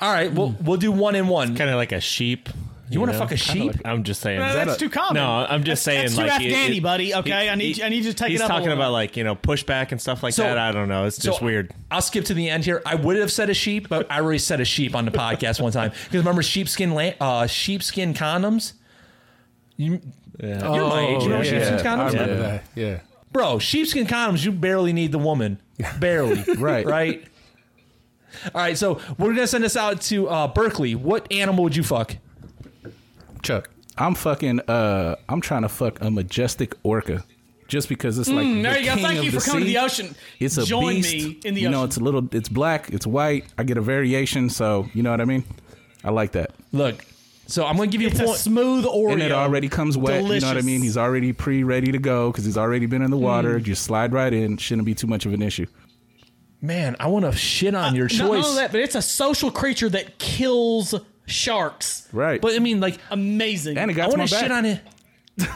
Speaker 6: All right, we'll we'll do one in one.
Speaker 11: Kind of like a sheep. You,
Speaker 6: wanna
Speaker 11: know?
Speaker 6: fuck a
Speaker 11: Kinda
Speaker 6: sheep?
Speaker 11: like- I'm just saying.
Speaker 8: No, that's too common.
Speaker 11: No, I'm just
Speaker 8: that's
Speaker 11: saying.
Speaker 8: too
Speaker 11: like it-
Speaker 8: Afghani,
Speaker 11: it-
Speaker 8: buddy, okay? I need you- I need you to take it
Speaker 11: He's
Speaker 8: up a
Speaker 11: talking
Speaker 8: little.
Speaker 11: about like you know pushback and stuff like
Speaker 6: So-
Speaker 11: that. I don't know. It's just
Speaker 6: So,
Speaker 11: weird.
Speaker 6: I'll skip to the end here. I would have said a sheep, but I already said a sheep on the podcast one time because remember sheepskin la- uh, sheepskin condoms. You, You're my age, you
Speaker 11: Oh,
Speaker 6: know, sheepskin
Speaker 4: I
Speaker 6: condoms,
Speaker 4: remember that. Yeah.
Speaker 6: bro. Sheepskin condoms. You barely need the woman, barely.
Speaker 3: Right.
Speaker 6: right. All right, so we're gonna send this out to uh, Berkeley. What animal would you fuck?
Speaker 4: Chuck.
Speaker 3: I'm fucking. Uh, I'm trying to fuck a majestic orca, just because it's like
Speaker 10: Mm, there
Speaker 3: the
Speaker 10: you go.
Speaker 3: king
Speaker 10: Thank
Speaker 3: of
Speaker 10: you
Speaker 3: the
Speaker 10: for coming to
Speaker 3: sea.
Speaker 10: the ocean.
Speaker 3: It's a
Speaker 10: Join
Speaker 3: beast.
Speaker 10: me in the
Speaker 3: you know,
Speaker 10: ocean.
Speaker 3: it's a little. It's black. It's white. I get a variation, so you know what I mean. I like that.
Speaker 6: Look, so I'm gonna give you
Speaker 8: It's
Speaker 6: a
Speaker 8: a
Speaker 6: point.
Speaker 8: smooth Oreo.
Speaker 3: And it already comes wet. You know what I
Speaker 8: Delicious.
Speaker 3: mean? He's already pre ready to go because he's already been in the water. Just slide right in. Shouldn't be too much of an issue.
Speaker 6: Man, I want to shit on your
Speaker 8: Uh, Not
Speaker 6: choice.
Speaker 8: only that, but it's a social creature that kills sharks.
Speaker 3: Right.
Speaker 6: But I mean, like,
Speaker 8: Amazing.
Speaker 3: and it
Speaker 6: I
Speaker 3: got
Speaker 6: want
Speaker 3: my
Speaker 6: to shit
Speaker 3: back.
Speaker 6: on it.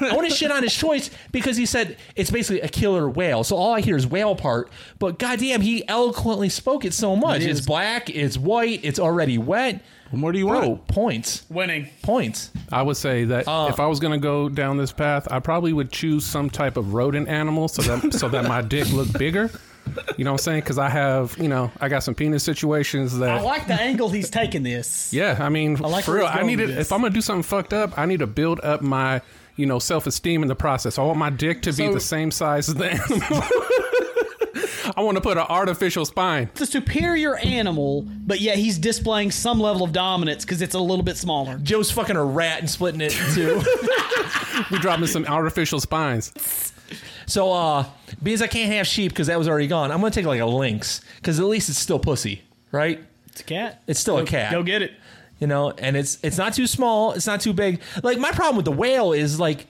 Speaker 6: I want to shit on his choice because he said it's basically a killer whale. So all I hear is whale part. But goddamn, he eloquently spoke it so much.
Speaker 8: It
Speaker 6: it's
Speaker 8: is.
Speaker 6: black. It's white. It's already wet.
Speaker 3: what more do you
Speaker 6: Bro,
Speaker 3: want?
Speaker 6: points,
Speaker 8: Winning.
Speaker 6: points.
Speaker 4: I would say that if I was going to go down this path, I probably would choose some type of rodent animal so that so that my dick looked bigger. You know what I'm saying? Because I have, you know, I got some penis situations that.
Speaker 8: I like the angle he's taking this.
Speaker 4: yeah, I mean,
Speaker 8: like
Speaker 4: for
Speaker 8: where
Speaker 4: real,
Speaker 8: he's
Speaker 4: I
Speaker 8: going
Speaker 4: need
Speaker 8: with
Speaker 4: to-
Speaker 8: this.
Speaker 4: If I'm gonna do something fucked up, I need to build up my, you know, self esteem in the process. I want my dick to be the same size as the animal. I want to put an artificial spine.
Speaker 8: It's a superior animal, but yet he's displaying some level of dominance because it's a little bit smaller.
Speaker 6: Joe's fucking a rat and splitting it in two.
Speaker 4: We dropping some artificial spines.
Speaker 6: so, uh, because I can't have sheep because that was already gone, I'm gonna take like a lynx because at least it's still pussy, right?
Speaker 8: It's a cat.
Speaker 6: It's still a cat.
Speaker 8: Go get it.
Speaker 6: you know and it's it's not too small it's not too big like my problem with the whale is like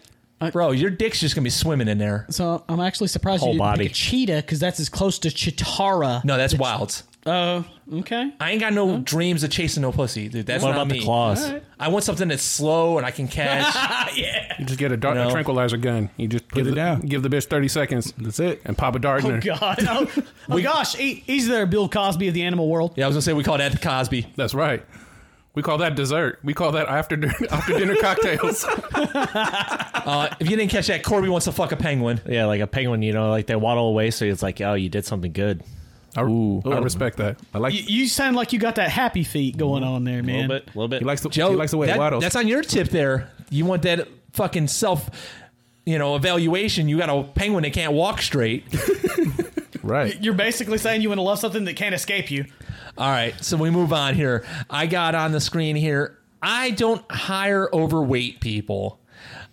Speaker 6: bro your dick's just gonna be swimming in there
Speaker 10: So I'm actually surprised
Speaker 11: Whole
Speaker 10: you didn't
Speaker 11: body.
Speaker 10: pick a cheetah because that's as close to chitara.
Speaker 6: no that's wild
Speaker 8: Oh, okay.
Speaker 6: i ain't got no dreams of chasing no pussy dude that's
Speaker 11: What
Speaker 6: not
Speaker 11: about
Speaker 6: me
Speaker 11: the claws?
Speaker 6: i want something that's slow and i can catch
Speaker 4: You just get a, dart,
Speaker 6: No.
Speaker 4: a tranquilizer gun. You just give
Speaker 3: it
Speaker 4: the,
Speaker 3: down.
Speaker 4: Give the bitch 30 seconds
Speaker 3: That's it.
Speaker 4: and pop a dart in
Speaker 8: Oh
Speaker 4: her.
Speaker 8: God. Oh, oh, gosh. He, he's there, Bill Cosby of the animal world.
Speaker 6: yeah i was gonna say we call that the cosby
Speaker 4: That's right. We call that dessert. We call that after dinner, after dinner cocktails.
Speaker 6: uh, if you didn't catch that corby wants to fuck a penguin
Speaker 11: Yeah, like a penguin. You know, like they waddle away, so it's like, oh, you did something good.
Speaker 4: I, I respect that.
Speaker 3: I like.
Speaker 8: You, you sound like you got that happy feet going on there,
Speaker 11: A
Speaker 8: man.
Speaker 11: little bit, a little bit.
Speaker 3: he likes the.
Speaker 6: joe
Speaker 3: he likes the way
Speaker 6: that-
Speaker 3: it waddles.
Speaker 6: that's on your tip there you want that fucking self you know evaluation you got a penguin that can't walk straight
Speaker 3: right.
Speaker 8: You're basically saying you want to love something that can't escape you.
Speaker 6: All right, so we move on here. I got on the screen here. I don't hire overweight people.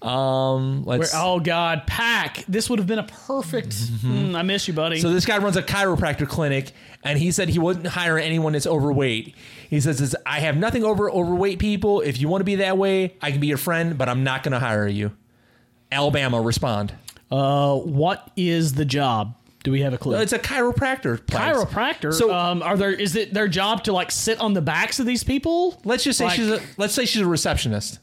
Speaker 6: Um,
Speaker 8: Where-
Speaker 6: let's.
Speaker 8: oh God, Pack! This would have been a perfect. Mm, I miss you, buddy.
Speaker 6: Mm-hmm. So this guy runs a chiropractor clinic, and he said he wouldn't hire anyone that's overweight. He says, is, "I have nothing over overweight people. If you want to be that way, I can be your friend, but I'm not going to hire you." Alabama respond.
Speaker 8: uh, what is the job? Do we have a clue?
Speaker 6: It's a chiropractor. place.
Speaker 8: Uh, chiropractor.
Speaker 6: So
Speaker 8: um, are there? Is it their job to like sit on the backs of these people?
Speaker 6: let's just say
Speaker 8: like-
Speaker 6: she's a, let's say she's a receptionist.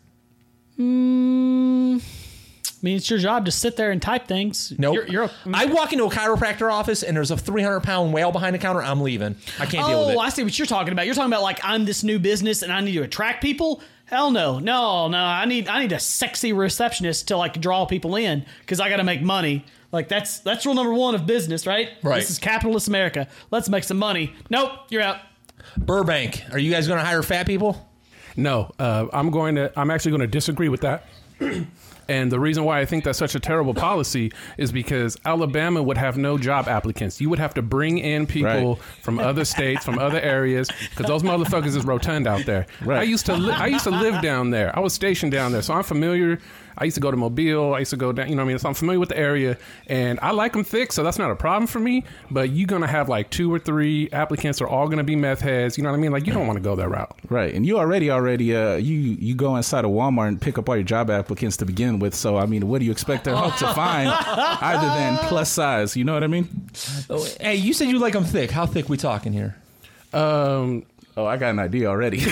Speaker 8: I mean, it's your job to sit there and type things.
Speaker 6: Nope.
Speaker 8: You're, you're a,
Speaker 6: I walk into a chiropractor office and there's a 300 pound whale behind the counter. I'm leaving. I can't deal with it.
Speaker 8: oh, I see what you're talking about. You're talking about like I'm this new business and I need to attract people. Hell no, no, no. I need I need a sexy receptionist to like draw people in because I got to make money. Like that's that's rule number one of business, right?
Speaker 6: Right.
Speaker 8: This is capitalist America. Let's make some money. Nope, you're out.
Speaker 6: Burbank, are you guys going to hire fat people?
Speaker 4: No, uh, I'm going to. I'm actually going to disagree with that. and the reason why I think that's such a terrible policy is because Alabama would have no job applicants. You would have to bring in people
Speaker 3: Right.
Speaker 4: from other states, from other areas, because those motherfuckers is rotund out there. I used to. Li- I used to live down there. I was stationed down there, so I'm familiar. I used to go to Mobile. I used to go down. You know what I mean? So I'm familiar with the area, and I like them thick, so that's not a problem for me. But you're gonna have like two or three applicants are all gonna be meth heads. You know what I mean? Like you don't want to go that route.
Speaker 3: Right, and you already already uh you you go inside of Walmart and pick up all your job applicants to begin with. So I mean, what do you expect their hope to find other than plus size? You know what I mean?
Speaker 6: Oh, hey, you said you like them thick. How thick we talking here?
Speaker 4: Um,
Speaker 3: Oh, I got an idea already.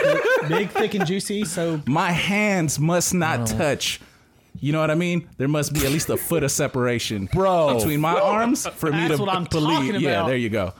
Speaker 10: Big, thick, and juicy. So
Speaker 3: My hands must not touch. You know what I mean? There must be at least a foot of separation,
Speaker 6: Bro.
Speaker 3: between my arms for me
Speaker 8: That's
Speaker 3: to
Speaker 8: what I'm
Speaker 3: believe.
Speaker 8: talking
Speaker 3: Yeah,
Speaker 8: about.
Speaker 3: there you go.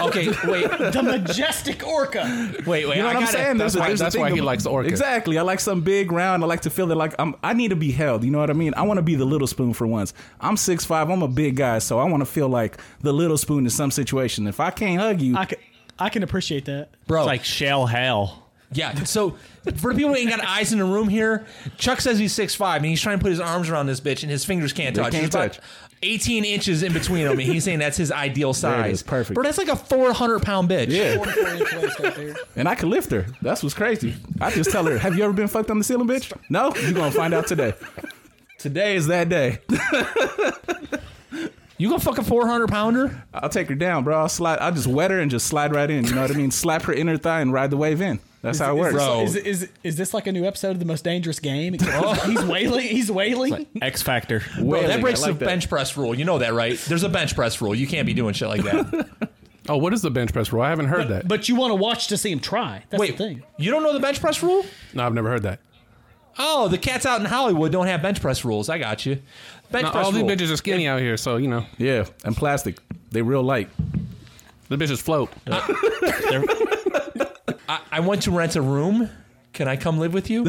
Speaker 6: Okay, wait, wait,
Speaker 8: The majestic orca.
Speaker 6: wait.
Speaker 3: You know
Speaker 6: I
Speaker 3: what I'm
Speaker 6: gotta-
Speaker 3: saying?
Speaker 4: that's
Speaker 3: a-
Speaker 4: why-
Speaker 3: a
Speaker 4: that's
Speaker 3: thing
Speaker 4: why
Speaker 3: to-
Speaker 4: he likes the orca.
Speaker 3: Exactly. I like some big round. I like to feel that like I'm. I need to be held. You know what I mean? I want to be the little spoon for once. I'm six five. I'm a big guy, so I want to feel like the little spoon in some situation. If I can't hug you,
Speaker 8: I can, I can appreciate that.
Speaker 6: Bro,
Speaker 11: It's like shell hell.
Speaker 6: yeah. So for the people who ain't got eyes in the room here, Chuck says he's six five and he's trying to put his arms around this bitch and his fingers can't touch.
Speaker 3: can't
Speaker 6: There's about
Speaker 3: touch.
Speaker 6: 18 inches in between them, and he's saying that's his ideal size.
Speaker 3: is. Perfect.
Speaker 6: Bro, that's like a 400 pound bitch.
Speaker 3: yeah, and I can lift her. That's what's crazy. I just tell her, "Have you ever been fucked on the ceiling, bitch?" No, you gonna find out today. Today is that day.
Speaker 6: You gonna fuck a 400 pounder?
Speaker 3: I'll take her down, bro. I'll slide. I'll just wet her and just slide right in. You know what I mean? Slap her inner thigh and ride the wave in. That's how it works.
Speaker 6: Bro.
Speaker 10: is, is is this like a new episode of the most dangerous game? he's wailing. He's wailing.
Speaker 11: X Factor.
Speaker 6: Bro,
Speaker 3: Wailing,
Speaker 6: that
Speaker 3: I
Speaker 6: breaks
Speaker 3: like
Speaker 6: the
Speaker 3: that.
Speaker 6: bench press rule. You know that, right? There's a bench press rule. You can't be doing shit like that.
Speaker 4: Oh, what is the bench press rule? I haven't heard that.
Speaker 8: But you want to watch to see him try. That's
Speaker 6: Wait,
Speaker 8: the thing.
Speaker 6: you don't know the bench press rule?
Speaker 4: no, I've never heard that.
Speaker 6: Oh, the cats out in Hollywood don't have bench press rules. I got you. Bench
Speaker 4: No,
Speaker 6: press
Speaker 4: all these
Speaker 6: rule.
Speaker 4: bitches are skinny out here, so you know
Speaker 3: Yeah, and plastic. They real light.
Speaker 4: the bitches float.
Speaker 6: I, I want to rent a room. Can I come live with you?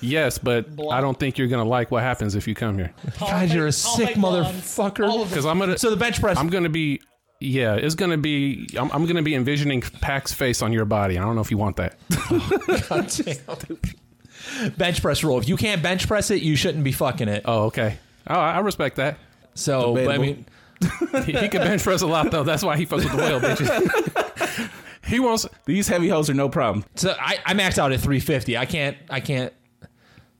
Speaker 4: yes, but I don't think you're gonna like what happens if you come here
Speaker 6: God, you're a
Speaker 8: I'll
Speaker 6: sick
Speaker 8: make one.
Speaker 6: motherfucker.
Speaker 4: because I'm gonna.
Speaker 6: So the bench press.
Speaker 4: I'm gonna be. Yeah, it's gonna be. I'm, I'm gonna be envisioning Pac's face on your body. I don't know if you want that.
Speaker 6: bench press rule. If you can't bench press it, you shouldn't be fucking it.
Speaker 4: Oh, okay. Oh, I I respect that.
Speaker 6: so, but I mean,
Speaker 4: He, he could bench press a lot though. That's why he fucks with the whale bitches. he wants.
Speaker 3: These heavy hoes are no problem.
Speaker 6: so I, I maxed out at 350. I can't. I can't.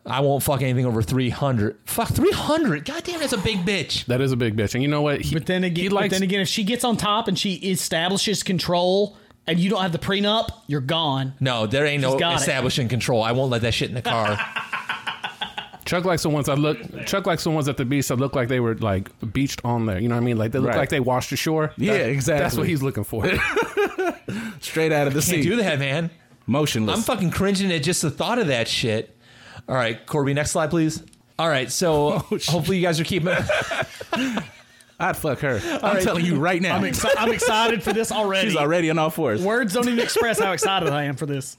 Speaker 6: I won't fuck anything over 300. Fuck 300. God damn, that's a big bitch.
Speaker 4: That is a big bitch, and you know what? He,
Speaker 8: But then
Speaker 4: he
Speaker 8: again, but
Speaker 4: likes.
Speaker 8: then again, if she gets on top and she establishes control, and you don't have the prenup, you're gone.
Speaker 6: No, there ain't no
Speaker 8: got it.
Speaker 6: establishing control. I won't let that shit in the car.
Speaker 4: Chuck likes the ones I look. Chuck likes the ones at the beach that look like they were like beached on there. You know what I mean? Like they look
Speaker 3: Right.
Speaker 4: like they washed ashore.
Speaker 3: Yeah, exactly.
Speaker 4: That's what he's looking for.
Speaker 3: Straight out of the
Speaker 6: Can't do
Speaker 3: sea.
Speaker 6: that, man.
Speaker 3: Motionless.
Speaker 6: I'm fucking cringing at just the thought of that shit. All right, Corby, next slide, please. All right, so hopefully you guys are keeping.
Speaker 3: I'd fuck her. I'm telling you right now.
Speaker 8: I'm, exci- I'm excited for this already.
Speaker 3: She's already on all fours.
Speaker 8: Words don't even express how excited I am for this.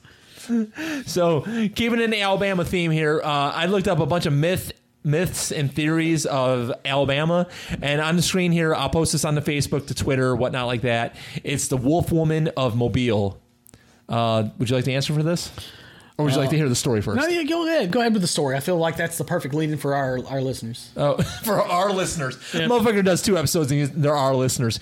Speaker 6: So keeping in the Alabama theme here, uh, I looked up a bunch of myth myths and theories of Alabama, and on the screen here, I'll post this on the Facebook, to Twitter, whatnot like that. It's the Wolf Woman of Mobile. Uh, would you like to answer for this, or would you like to hear the story first?
Speaker 10: No,
Speaker 8: e-
Speaker 10: yeah, go ahead. Go ahead with the story. I feel like that's the perfect lead-in for our our listeners.
Speaker 6: Oh, for our listeners, motherfucker does two episodes and he's, they're our listeners.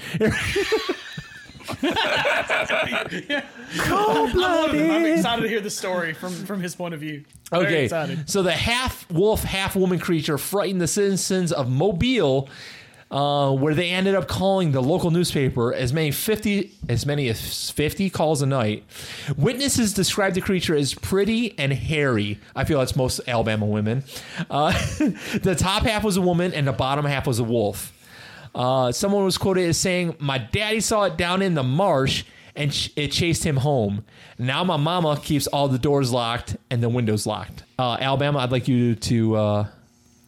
Speaker 12: I'm, I'm excited to hear the story from from his point of view. Very
Speaker 6: Okay.
Speaker 12: excited.
Speaker 6: So the half wolf, half woman creature frightened the citizens of Mobile, uh, where they ended up calling the local newspaper as many fifty as many as fifty calls a night. Witnesses described the creature as pretty and hairy. I feel that's most Alabama women. Uh, the top half was a woman, and the bottom half was a wolf. Uh, someone was quoted as saying, "My daddy saw it down in the marsh, and ch- it chased him home. Now my mama keeps all the doors locked and the windows locked." Uh, Alabama, I'd like you to uh,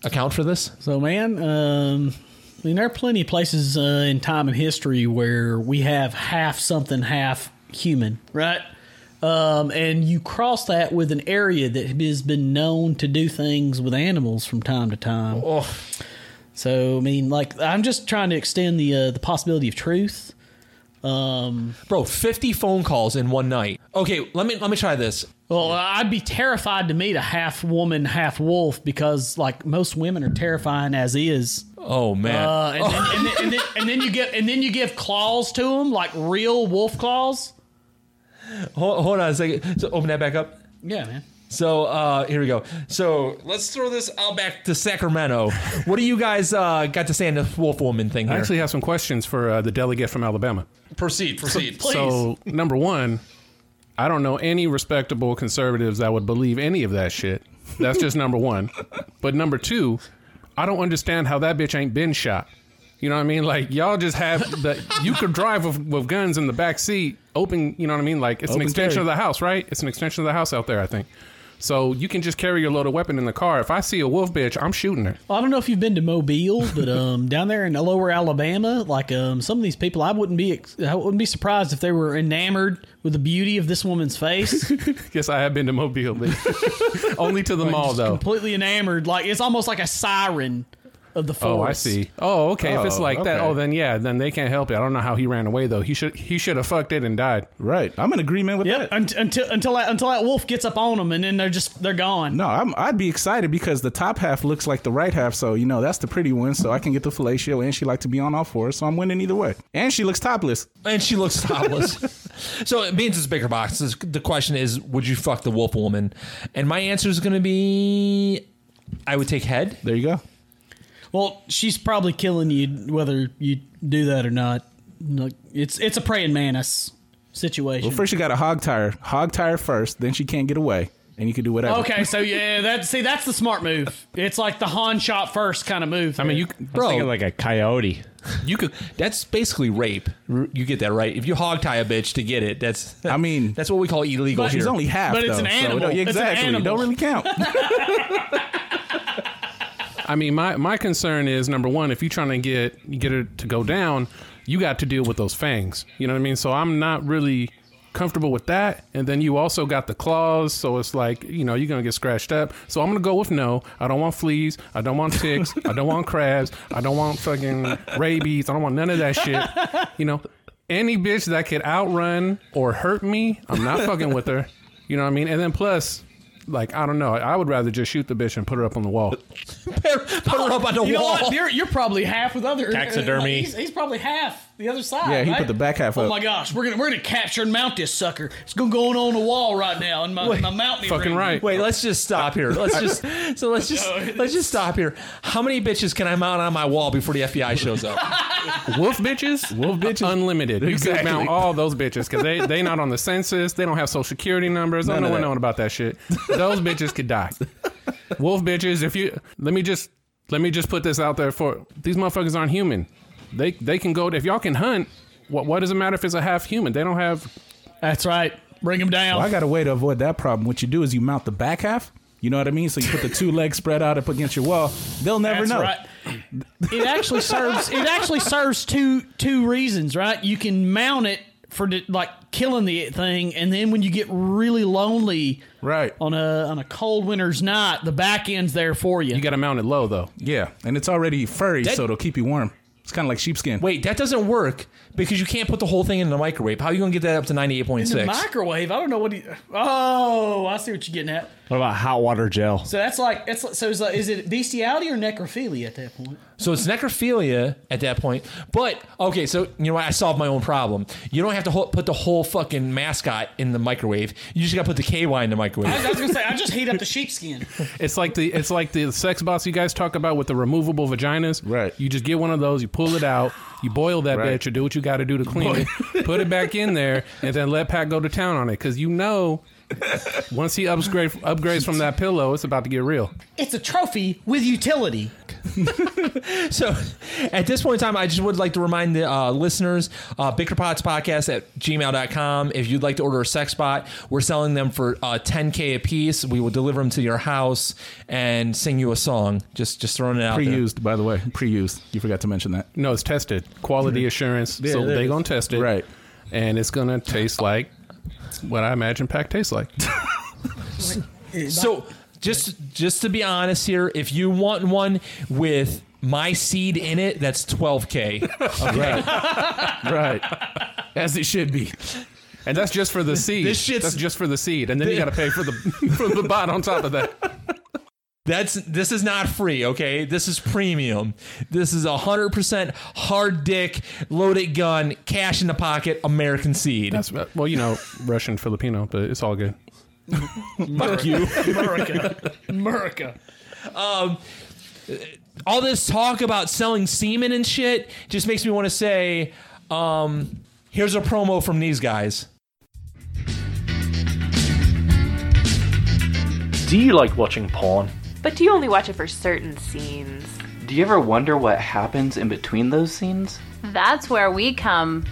Speaker 6: account for this.
Speaker 8: So, man, um, I mean, there are plenty of places uh, in time and history where we have half something, half human, right? Um, and you cross that with an area that has been known to do things with animals from time to time.
Speaker 6: Oh.
Speaker 8: So, I mean, like, I'm just trying to extend the uh, the possibility of truth.
Speaker 6: Bro, 50 phone calls in one night. Okay, let me let me try this.
Speaker 8: Well, I'd be terrified to meet a half woman, half wolf because, like, most women are terrifying as is.
Speaker 6: Oh man.
Speaker 8: Uh, and, then, and, then, and, then, and then you give and then you give claws to them, like real wolf claws.
Speaker 6: hold, hold on a second. So open that back up.
Speaker 8: Yeah, man.
Speaker 6: So uh, here we go. So let's throw this out back to Sacramento. what do you guys uh, got to say on the wolf woman thing
Speaker 4: I
Speaker 6: here?
Speaker 4: actually have some questions for uh, the delegate from Alabama.
Speaker 6: proceed, proceed.
Speaker 4: So, number one, I don't know any respectable conservatives that would believe any of that shit. That's just number one. But number two, I don't understand how that bitch ain't been shot. You know what I mean? Like y'all just have the you could drive with, with guns in the back seat, open. You know what I mean? Like it's an extension of the house, right? It's an extension of the house out there, I think. So you can just carry your loaded weapon in the car. If I see a wolf bitch, I'm shooting her.
Speaker 8: Well, I don't know if you've been to Mobile, but um, down there in Lower Alabama, like um, some of these people, I wouldn't be ex- I wouldn't be surprised if they were enamored with the beauty of this woman's face,
Speaker 4: Yes, I have been to Mobile, but only to the mall though.
Speaker 8: completely enamored. Like it's almost like a siren of the
Speaker 4: Oh,
Speaker 8: forest.
Speaker 4: I see. Oh, okay. if it's
Speaker 13: Oh,
Speaker 4: like that,
Speaker 13: okay.
Speaker 4: oh, then yeah, then they can't help it. I don't know how he ran away though. He should he should have fucked it and died.
Speaker 3: Right. I'm in agreement with
Speaker 12: Yep.
Speaker 3: that.
Speaker 8: Unt- until until that, until that wolf gets up on them, and then they're just they're gone.
Speaker 3: No, I'm, I'd be excited because the top half looks like the right half, so you know that's the pretty one. So I can get the fellatio, and she like to be on all fours, so I'm winning either way. And she looks topless.
Speaker 6: and she looks topless. so it means it's a bigger box. This- The question is, would you fuck the wolf woman? And my answer is going to be, I would take head.
Speaker 3: There you go.
Speaker 8: Well, she's probably killing you whether you do that or not. Like it's it's a praying mantis situation.
Speaker 3: Well, first you got a hog tire, hog tire first, then she can't get away, and you can do whatever.
Speaker 12: Okay, so yeah, that see that's the smart move. It's like the Han shot first kind of move.
Speaker 4: I mean, you
Speaker 11: Thinking
Speaker 6: Bro,
Speaker 11: like a coyote.
Speaker 6: you could. That's basically rape. R- You get that right. If you hog tie a bitch to get it, that's.
Speaker 3: I mean,
Speaker 6: that's what we call illegal here.
Speaker 3: she's only half.
Speaker 12: But it's
Speaker 3: though,
Speaker 12: an
Speaker 3: so it
Speaker 12: animal.
Speaker 3: don't-
Speaker 12: It's an
Speaker 3: exactly.
Speaker 12: animal.
Speaker 3: Don't really count.
Speaker 4: I mean, my my concern is number one, if you're trying to get get her to go down, you got to deal with those fangs. You know what I mean? So I'm not really comfortable with that. And then you also got the claws, so it's like you know you're gonna get scratched up. So I'm gonna go with no. I don't want fleas. I don't want ticks. I don't want crabs. I don't want fucking rabies. I don't want none of that shit. You know, any bitch that could outrun or hurt me, I'm not fucking with her. You know what I mean? And then plus. Like I don't know. I would rather just shoot the bitch and put her up on the wall.
Speaker 6: Put her up on the
Speaker 12: you know
Speaker 6: wall.
Speaker 12: what? You're, you're probably half with other uh,
Speaker 11: Taxidermy.
Speaker 12: He's, he's probably half the other side.
Speaker 3: Yeah, he
Speaker 12: right?
Speaker 3: put the back half
Speaker 12: Oh
Speaker 3: up.
Speaker 12: my gosh, we're gonna we're gonna capture and mount this sucker. It's gonna go on the wall right now in my, my mountain.
Speaker 4: Fucking right.
Speaker 6: Wait, let's just stop here. Let's just so let's just let's just stop here. How many bitches can I mount on my wall before the FBI shows up?
Speaker 4: Wolf bitches? Wolf bitches. Uh, Unlimited. You can mount all those bitches because they, they not on the census. They don't have social security numbers. I don't
Speaker 3: of
Speaker 4: know what
Speaker 3: that.
Speaker 4: knowing about that shit. Those bitches could die. Wolf bitches, if you let me just let me just put this out there for these motherfuckers aren't human. They they can go if y'all can hunt, what what does it matter if it's a half human? They don't have
Speaker 12: That's right. Bring him down.
Speaker 3: Well, I got a way to avoid that problem. What you do is you mount the back half. You know what I mean? So you put the two legs spread out up against your wall. They'll never
Speaker 12: That's
Speaker 3: know.
Speaker 12: right.
Speaker 8: it actually serves it actually serves two two reasons, right? You can mount it for the, like killing the thing, and then when you get really lonely
Speaker 3: Right.
Speaker 8: on a on a cold winter's night, the back end's there for you.
Speaker 4: you gotta mount it low though.
Speaker 3: Yeah, and it's already furry, so it'll keep you warm. It's kind of like sheepskin.
Speaker 6: Wait, that doesn't work because you can't put the whole thing in the microwave. How are you going to get that up to
Speaker 8: In the
Speaker 6: 98.6?
Speaker 8: microwave, I don't know what he. Oh, I see what you're getting at.
Speaker 11: What about hot water gel?
Speaker 8: So that's like, it's like- so it's like, is it bestiality or necrophilia at that point?
Speaker 6: So it's necrophilia at that point. But, okay, so you know what? I solved my own problem. You don't have to ho- put the whole fucking mascot in the microwave. You just got to put the KY in the
Speaker 8: I was,
Speaker 6: microwave.
Speaker 8: I was gonna say, I just heat up the sheepskin.
Speaker 4: It's like the it's like the sex bots you guys talk about with the removable vaginas. Right. You just get one of those, you pull it out, you boil that bitch, or do what you got to do to clean it, put it back in there, and then let Pat go to town on it because you know. Once he upgrade, upgrades from that pillow, it's about to get real.
Speaker 8: It's a trophy with utility.
Speaker 6: so at this point in time, I just would like to remind the uh, listeners uh, BickerPotsPodcast at gmail.com. If you'd like to order a sex bot, we're selling them for uh, 10K a piece. We will deliver them to your house and sing you a song. Just just throwing it out there.
Speaker 3: Pre-used, by the way. Pre-used. You forgot to mention that.
Speaker 4: No, it's tested. Quality assurance. so
Speaker 3: there
Speaker 4: they
Speaker 3: it
Speaker 4: gonna test it,
Speaker 3: Right.
Speaker 4: And it's gonna taste like what I imagine pack tastes like.
Speaker 6: So just just to be honest here, if you want one with my seed in it, that's 12k.
Speaker 3: Right. As it should be.
Speaker 4: And that's just for the seed.
Speaker 6: This shit's-
Speaker 4: that's just for the seed, and then you got to pay for the for the bot on top of that.
Speaker 6: That's this is not free, okay? This is premium. This is 100% hard dick, loaded gun, cash in the pocket, American seed.
Speaker 4: That's well, you know, Russian Filipino, but it's all good.
Speaker 6: Fuck you.
Speaker 8: America. America.
Speaker 6: All this talk about selling semen and shit just makes me want to say um here's a promo from these guys.
Speaker 14: Do you like watching porn?
Speaker 15: But do you only watch it for certain scenes?
Speaker 14: Do you ever wonder what happens in between those scenes?
Speaker 15: That's where we come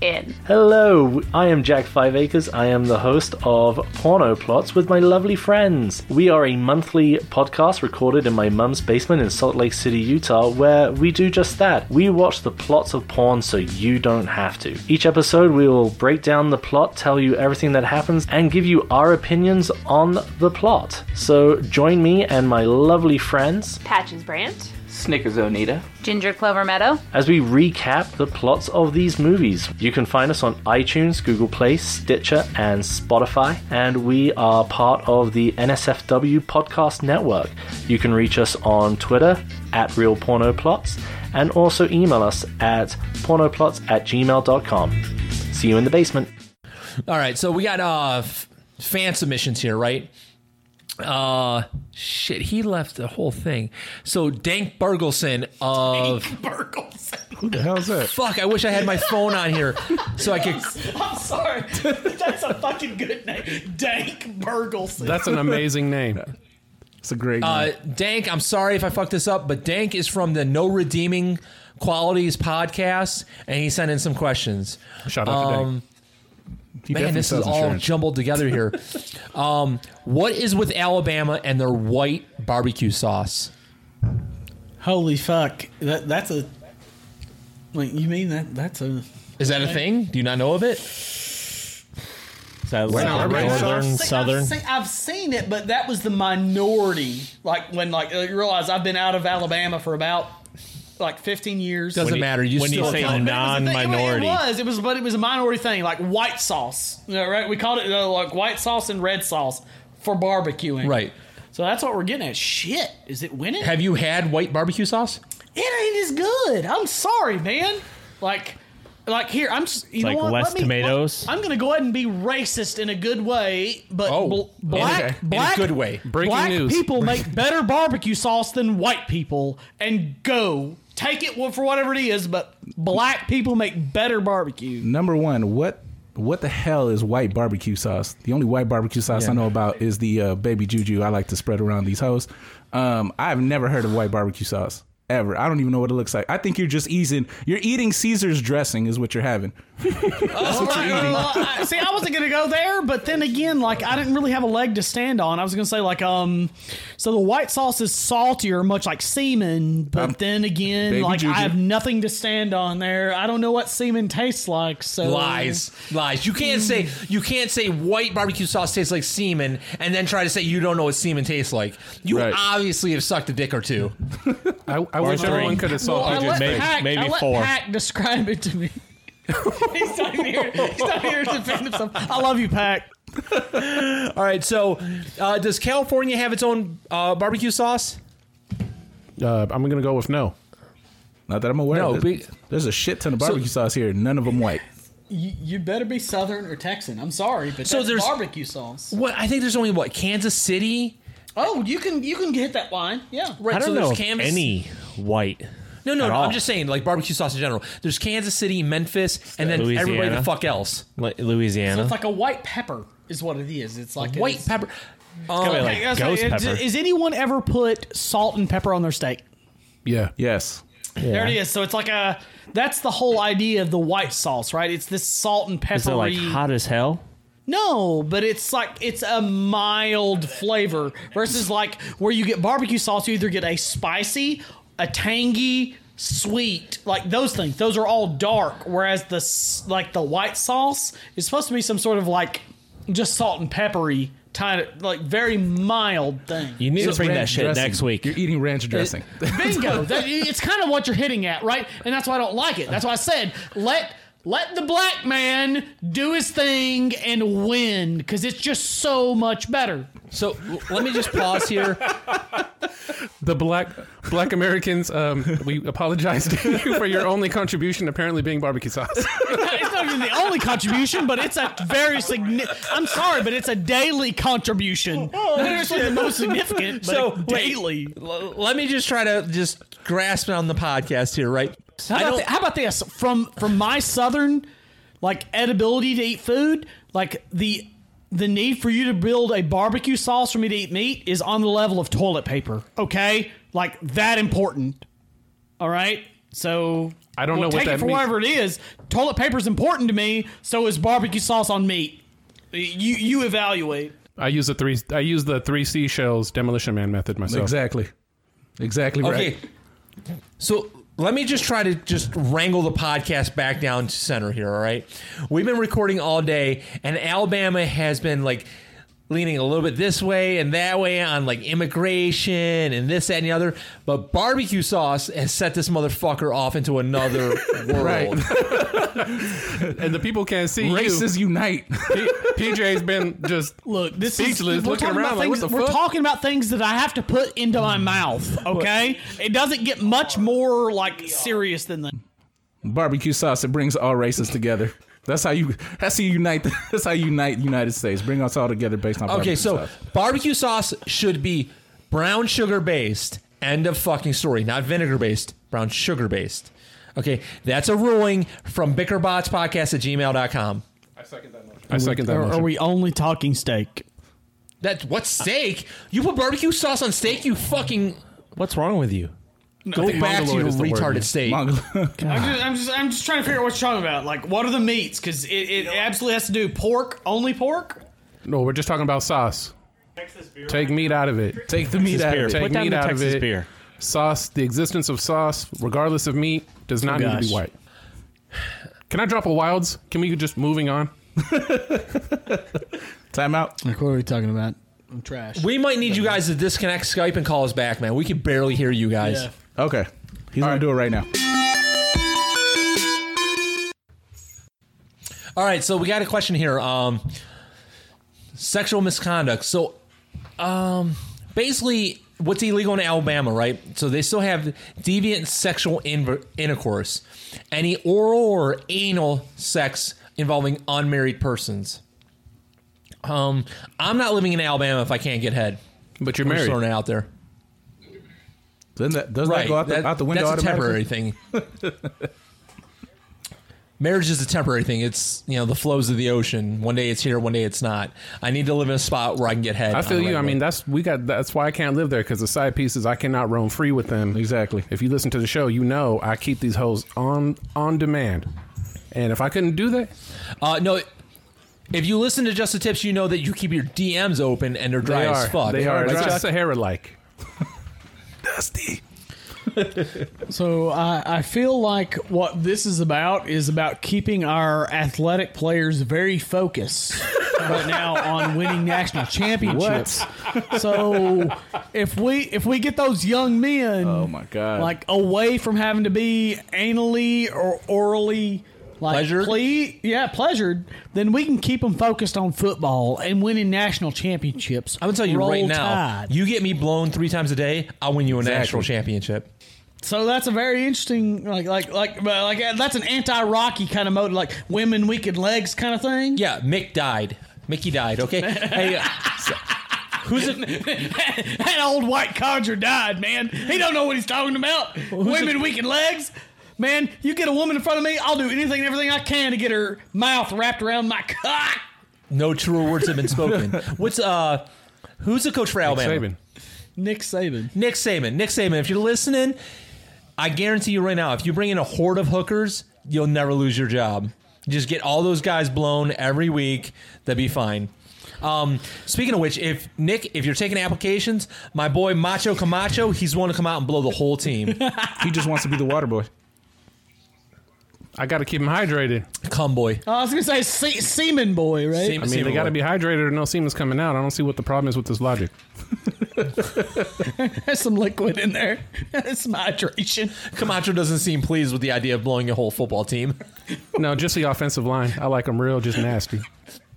Speaker 15: in.
Speaker 11: Hello, I am Jack Five Acres. I am the host of Porno Plots with my lovely friends. We are a monthly podcast recorded in my mum's basement in Salt Lake City, Utah, where we do just that. We watch the plots of porn so you don't have to. Each episode, we will break down the plot, tell you everything that happens, and give you our opinions on the plot. So join me and my lovely friends
Speaker 15: Patches Brandt,
Speaker 14: Snickers Onita.
Speaker 15: Ginger Clover Meadow.
Speaker 11: as we recap the plots of these movies. You can find us on iTunes, Google Play, Stitcher, and Spotify, and we are part of the NSFW Podcast Network. You can reach us on Twitter at Real Porno Plots and also email us at pornoplots at gmail.com. See you in the basement.
Speaker 6: All right, so we got uh f- fan submissions here, right? Uh shit, he left the whole thing. So Dank Bergelson of
Speaker 8: Burgles.
Speaker 3: Who the hell's that?
Speaker 6: fuck, I wish I had my phone on here so I could
Speaker 8: I'm sorry. That's a fucking good name. Dank Burgles.
Speaker 4: That's an amazing name.
Speaker 3: It's a great
Speaker 6: uh
Speaker 3: name.
Speaker 6: Dank, I'm sorry if I fucked this up, but Dank is from the No Redeeming Qualities podcast and he sent in some questions.
Speaker 4: Shout out to Dave.
Speaker 3: He
Speaker 6: Man,
Speaker 3: definitely
Speaker 6: this is
Speaker 3: sells
Speaker 6: all
Speaker 3: insurance.
Speaker 6: jumbled together here. um what is with Alabama and their white barbecue sauce?
Speaker 10: Holy fuck! That, that's a. Wait, you mean that? That's a.
Speaker 6: Is that a thing? Do you not know of it?
Speaker 11: Is that like
Speaker 4: not right.
Speaker 11: northern, southern?
Speaker 8: I've seen, I've seen it, but that was the minority. Like when, like uh, you realize I've been out of Alabama for about like 15 years.
Speaker 6: Doesn't matter. You
Speaker 11: when you
Speaker 6: still
Speaker 11: say
Speaker 6: count.
Speaker 8: But it was a thing-
Speaker 11: non-minority.
Speaker 8: It was, it was, but it was a minority thing, like white sauce. You know, right? We called it uh, like white sauce and red sauce for barbecuing.
Speaker 6: Right.
Speaker 8: So that's what we're getting at. Shit, is it winning?
Speaker 6: Have you had white barbecue sauce?
Speaker 8: it ain't as good. I'm sorry, man. Like, like here, I'm just you
Speaker 11: Like
Speaker 8: know what?
Speaker 11: less
Speaker 8: Let me-
Speaker 11: tomatoes?
Speaker 8: I'm gonna go ahead and be racist in a good way, but
Speaker 6: Oh,
Speaker 8: bl-
Speaker 6: in a-
Speaker 8: black,
Speaker 6: in a
Speaker 8: black,
Speaker 6: good way.
Speaker 4: Breaking
Speaker 8: black
Speaker 4: news.
Speaker 8: people make better barbecue sauce than white people, and go take it for whatever it is. But black people make better barbecue.
Speaker 3: Number one, what what the hell is white barbecue sauce? The only white barbecue sauce I know about is the uh, baby juju I like to spread around these hoes. Um, I've never heard of white barbecue sauce ever. I don't even know what it looks like. I think you're just eating. You're eating Caesar's dressing is what you're having.
Speaker 8: That's what you're eating. see, I wasn't gonna go there, but then again, like I didn't really have a leg to stand on. I was gonna say like, um, so the white sauce is saltier, much like semen. But then again,
Speaker 16: baby
Speaker 8: like
Speaker 16: juju.
Speaker 8: I have nothing to stand on there. I don't know what semen tastes like. So
Speaker 6: Lies, lies. You can't say you can't say white barbecue sauce tastes like semen, and then try to say you don't know what semen tastes like. You
Speaker 9: Right.
Speaker 6: obviously have sucked a dick or two.
Speaker 4: I, I wish everyone could have
Speaker 8: Well,
Speaker 4: saw
Speaker 8: I
Speaker 4: Page's
Speaker 8: let
Speaker 4: face.
Speaker 8: Pack,
Speaker 17: maybe
Speaker 8: I let
Speaker 17: four.
Speaker 8: Pack describe it to me. he's not here. He's not here to defend himself. I love you, Pack.
Speaker 6: All right. So, uh, does California have its own uh, barbecue sauce?
Speaker 4: Uh, I'm gonna go with no.
Speaker 3: Not that I'm aware.
Speaker 6: No,
Speaker 3: of. There's, there's a shit ton of barbecue sauce here. None of them white.
Speaker 10: You, you better be Southern or Texan. I'm sorry, but
Speaker 6: So
Speaker 10: that's
Speaker 6: there's-
Speaker 10: barbecue sauce.
Speaker 6: What I think there's only what Kansas City.
Speaker 10: Oh, you can you can hit that line. Yeah.
Speaker 6: Right.
Speaker 17: I don't
Speaker 6: so
Speaker 17: know
Speaker 6: there's
Speaker 17: of
Speaker 6: Kansas-
Speaker 17: any white.
Speaker 6: No, no,
Speaker 17: at
Speaker 6: no.
Speaker 17: all.
Speaker 6: I'm just saying, like barbecue sauce in general. There's Kansas City, Memphis, and then everybody the
Speaker 17: Louisiana.
Speaker 6: fuck else.
Speaker 17: Like Louisiana.
Speaker 10: It's like a white pepper is what it is. It's like
Speaker 6: White
Speaker 10: it's-
Speaker 6: pepper. Oh,
Speaker 17: Kinda like
Speaker 8: Okay, that's
Speaker 17: ghost
Speaker 8: right.
Speaker 17: pepper.
Speaker 8: Is anyone ever put salt and pepper on their steak?
Speaker 4: Yeah.
Speaker 3: Yes.
Speaker 8: There it is. So it's like a. That's the whole idea of the white sauce, right? It's this salt and peppery.
Speaker 17: Is it like hot as hell?
Speaker 8: No, but it's like it's a mild flavor versus like where you get barbecue sauce. You either get a spicy, a tangy, sweet, like those things. Those are all dark. Whereas the s- like the white sauce is supposed to be some sort of like just salt and peppery, kind of like very mild thing.
Speaker 17: You need to
Speaker 3: It's
Speaker 17: bring that
Speaker 3: ranch
Speaker 17: shit
Speaker 3: dressing.
Speaker 17: next week.
Speaker 3: You're eating ranch dressing.
Speaker 8: Bingo. That- it's kind of what you're hitting at, right? And that's why I don't like it. That's why I said let let the black man do his thing and win because it's just so much better.
Speaker 6: So l- let me just pause here.
Speaker 4: the black black Americans. Um, we apologize to you for your only contribution apparently being barbecue sauce.
Speaker 8: it's not even the only contribution, but it's a very significant. I'm sorry, but it's a daily contribution. Not necessarily the most significant, but
Speaker 6: So, wait.
Speaker 8: daily.
Speaker 6: L- let me just try to just grasp it on the podcast here, right?
Speaker 8: How
Speaker 6: I
Speaker 8: about,
Speaker 6: don't.
Speaker 8: thi- how about this? From from my southern like edibility to eat food, like the the need for you to build a barbecue sauce for me to eat meat is on the level of toilet paper. Okay, like that important. All right, so.
Speaker 4: I don't
Speaker 8: we'll
Speaker 4: know what
Speaker 8: take it
Speaker 4: that
Speaker 8: for
Speaker 4: means.
Speaker 8: whatever it is. Toilet paper is important to me. So is barbecue sauce on meat. You you evaluate.
Speaker 4: I use the three. I use the three seashells demolition man method myself.
Speaker 3: exactly. Exactly
Speaker 6: okay.
Speaker 3: right.
Speaker 6: So let me just try to just wrangle the podcast back down to center here. All right, we've been recording all day, and Alabama has been like leaning a little bit this way and that way on like immigration and this that and the other but barbecue sauce has set this motherfucker off into another world
Speaker 4: And the people can't see
Speaker 3: Races unite.
Speaker 4: you. P- PJ's been just
Speaker 8: Look, this
Speaker 4: Speechless,
Speaker 8: is we're
Speaker 4: looking
Speaker 8: talking
Speaker 4: around
Speaker 8: about
Speaker 4: like,
Speaker 8: things.
Speaker 4: what the
Speaker 8: we're
Speaker 4: fuck?
Speaker 8: talking about things that I have to put into my mouth. Okay, it doesn't get much more like serious than that.
Speaker 3: Barbecue sauce. It brings all races together. That's how you. That's how you unite. That's how you unite the United States. Bring us all together based on.
Speaker 6: Okay,
Speaker 3: barbecue
Speaker 6: so
Speaker 3: sauce.
Speaker 6: barbecue sauce should be brown sugar based. End of fucking story. Not vinegar based, brown sugar based. Okay, that's a ruling from bickerbotspodcast at gmail.com.
Speaker 4: I second that motion.
Speaker 8: we only talking steak?
Speaker 6: That's what steak? You put barbecue sauce on steak, you fucking
Speaker 17: What's wrong with you?
Speaker 6: go back to
Speaker 4: mongoloid
Speaker 6: your
Speaker 4: is the word,
Speaker 6: retarded
Speaker 4: yeah.
Speaker 6: steak.
Speaker 8: I'm just, I'm just, I'm just trying to figure out what you're talking about. Like, what are the meats? Because it, it absolutely has to do pork, only pork.
Speaker 4: no, we're just talking about sauce. Take meat out of it.
Speaker 3: take the meat out of it.
Speaker 4: Take
Speaker 17: Put down
Speaker 4: meat
Speaker 17: the
Speaker 4: out of
Speaker 17: Texas
Speaker 4: it.
Speaker 17: beer.
Speaker 4: Sauce. The existence of sauce, regardless of meat, does not need to
Speaker 17: gosh.
Speaker 4: be white. Can I drop a wilds? Can we just moving on?
Speaker 3: Time out.
Speaker 10: Like, what are we talking about? I'm trash.
Speaker 6: We might need you guys to disconnect Skype and call us back, man. We can barely hear you guys.
Speaker 10: Yeah.
Speaker 3: Okay. He's gonna do it right now.
Speaker 6: All right, so we got a question here. Um, sexual misconduct. So, um, basically, what's illegal in Alabama, right? So they still have deviant sexual inver- intercourse, any oral or anal sex involving unmarried persons. Um, I'm not living in Alabama if I can't get head.
Speaker 4: But you're
Speaker 6: I'm just
Speaker 4: married.
Speaker 6: throwing it out there.
Speaker 3: Doesn't that, doesn't
Speaker 6: Right,
Speaker 3: that go out the,
Speaker 6: that-
Speaker 3: out the window
Speaker 6: That's a
Speaker 3: automatically?
Speaker 6: temporary thing. Marriage is a temporary thing. It's you know the flows of the ocean. One day it's here, one day it's not. I need to live in a spot where I can get head.
Speaker 4: I
Speaker 6: on
Speaker 4: feel
Speaker 6: a
Speaker 4: you. I
Speaker 6: regular-
Speaker 4: mean, that's we got. That's why I can't live there because the side pieces I cannot roam free with them.
Speaker 3: Exactly.
Speaker 4: If you listen to the show, you know I keep these hoes on on demand. And if I couldn't do that,
Speaker 6: Uh, no, if you listen to Just the Tips, you know that you keep your DMs open and they're dry
Speaker 4: they
Speaker 6: as
Speaker 4: are.
Speaker 6: fuck.
Speaker 4: They are.
Speaker 6: Right,
Speaker 4: It's
Speaker 6: Chuck?
Speaker 4: just Sahara like.
Speaker 3: Dusty.
Speaker 8: So I, I feel like what this is about is about keeping our athletic players very focused right now on winning national championships. So if we if we get those young men
Speaker 3: Oh my god.
Speaker 8: like away from having to be anally or orally like
Speaker 6: Pleasured?
Speaker 8: ple- yeah, pleasured, then we can keep them focused on football and winning national championships.
Speaker 6: I'm gonna tell you
Speaker 8: Roll
Speaker 6: right now,
Speaker 8: Tide.
Speaker 6: you get me blown three times a day, I'll win you a national championship.
Speaker 8: So that's a very interesting, like, like, like, but, like uh, that's an anti-Rocky kind of mode, like women weakened legs kind of thing.
Speaker 6: Yeah, Mick died. Mickey died. Okay. hey, uh, so- who's it?
Speaker 8: that old white codger died, man. He don't know what he's talking about. women weakened legs, man. You get a woman in front of me, I'll do anything and everything I can to get her mouth wrapped around my cock.
Speaker 6: No truer words have been spoken. What's uh? Who's the coach for Alabama?
Speaker 4: Saban.
Speaker 8: Nick Saban.
Speaker 6: Nick Saban. Nick Saban. If you're listening, I guarantee you right now, if you bring in a horde of hookers, you'll never lose your job. You just get all those guys blown every week. That'd be fine. Um, speaking of which, if Nick, if you're taking applications, my boy Macho Camacho, he's one to come out and blow the whole team.
Speaker 3: He just wants to be the water boy.
Speaker 4: I got to keep them hydrated.
Speaker 6: come boy.
Speaker 8: Oh, I was gonna say se- semen boy, right?
Speaker 6: Seam-
Speaker 4: I mean,
Speaker 6: seam
Speaker 4: they got to
Speaker 6: boy.
Speaker 4: be hydrated or no semen's coming out. I don't see what the problem is with this logic.
Speaker 8: There's some liquid in there. There's some hydration.
Speaker 6: Camacho doesn't seem pleased with the idea of blowing a whole football team.
Speaker 4: No, just the offensive line. I like them real, just nasty.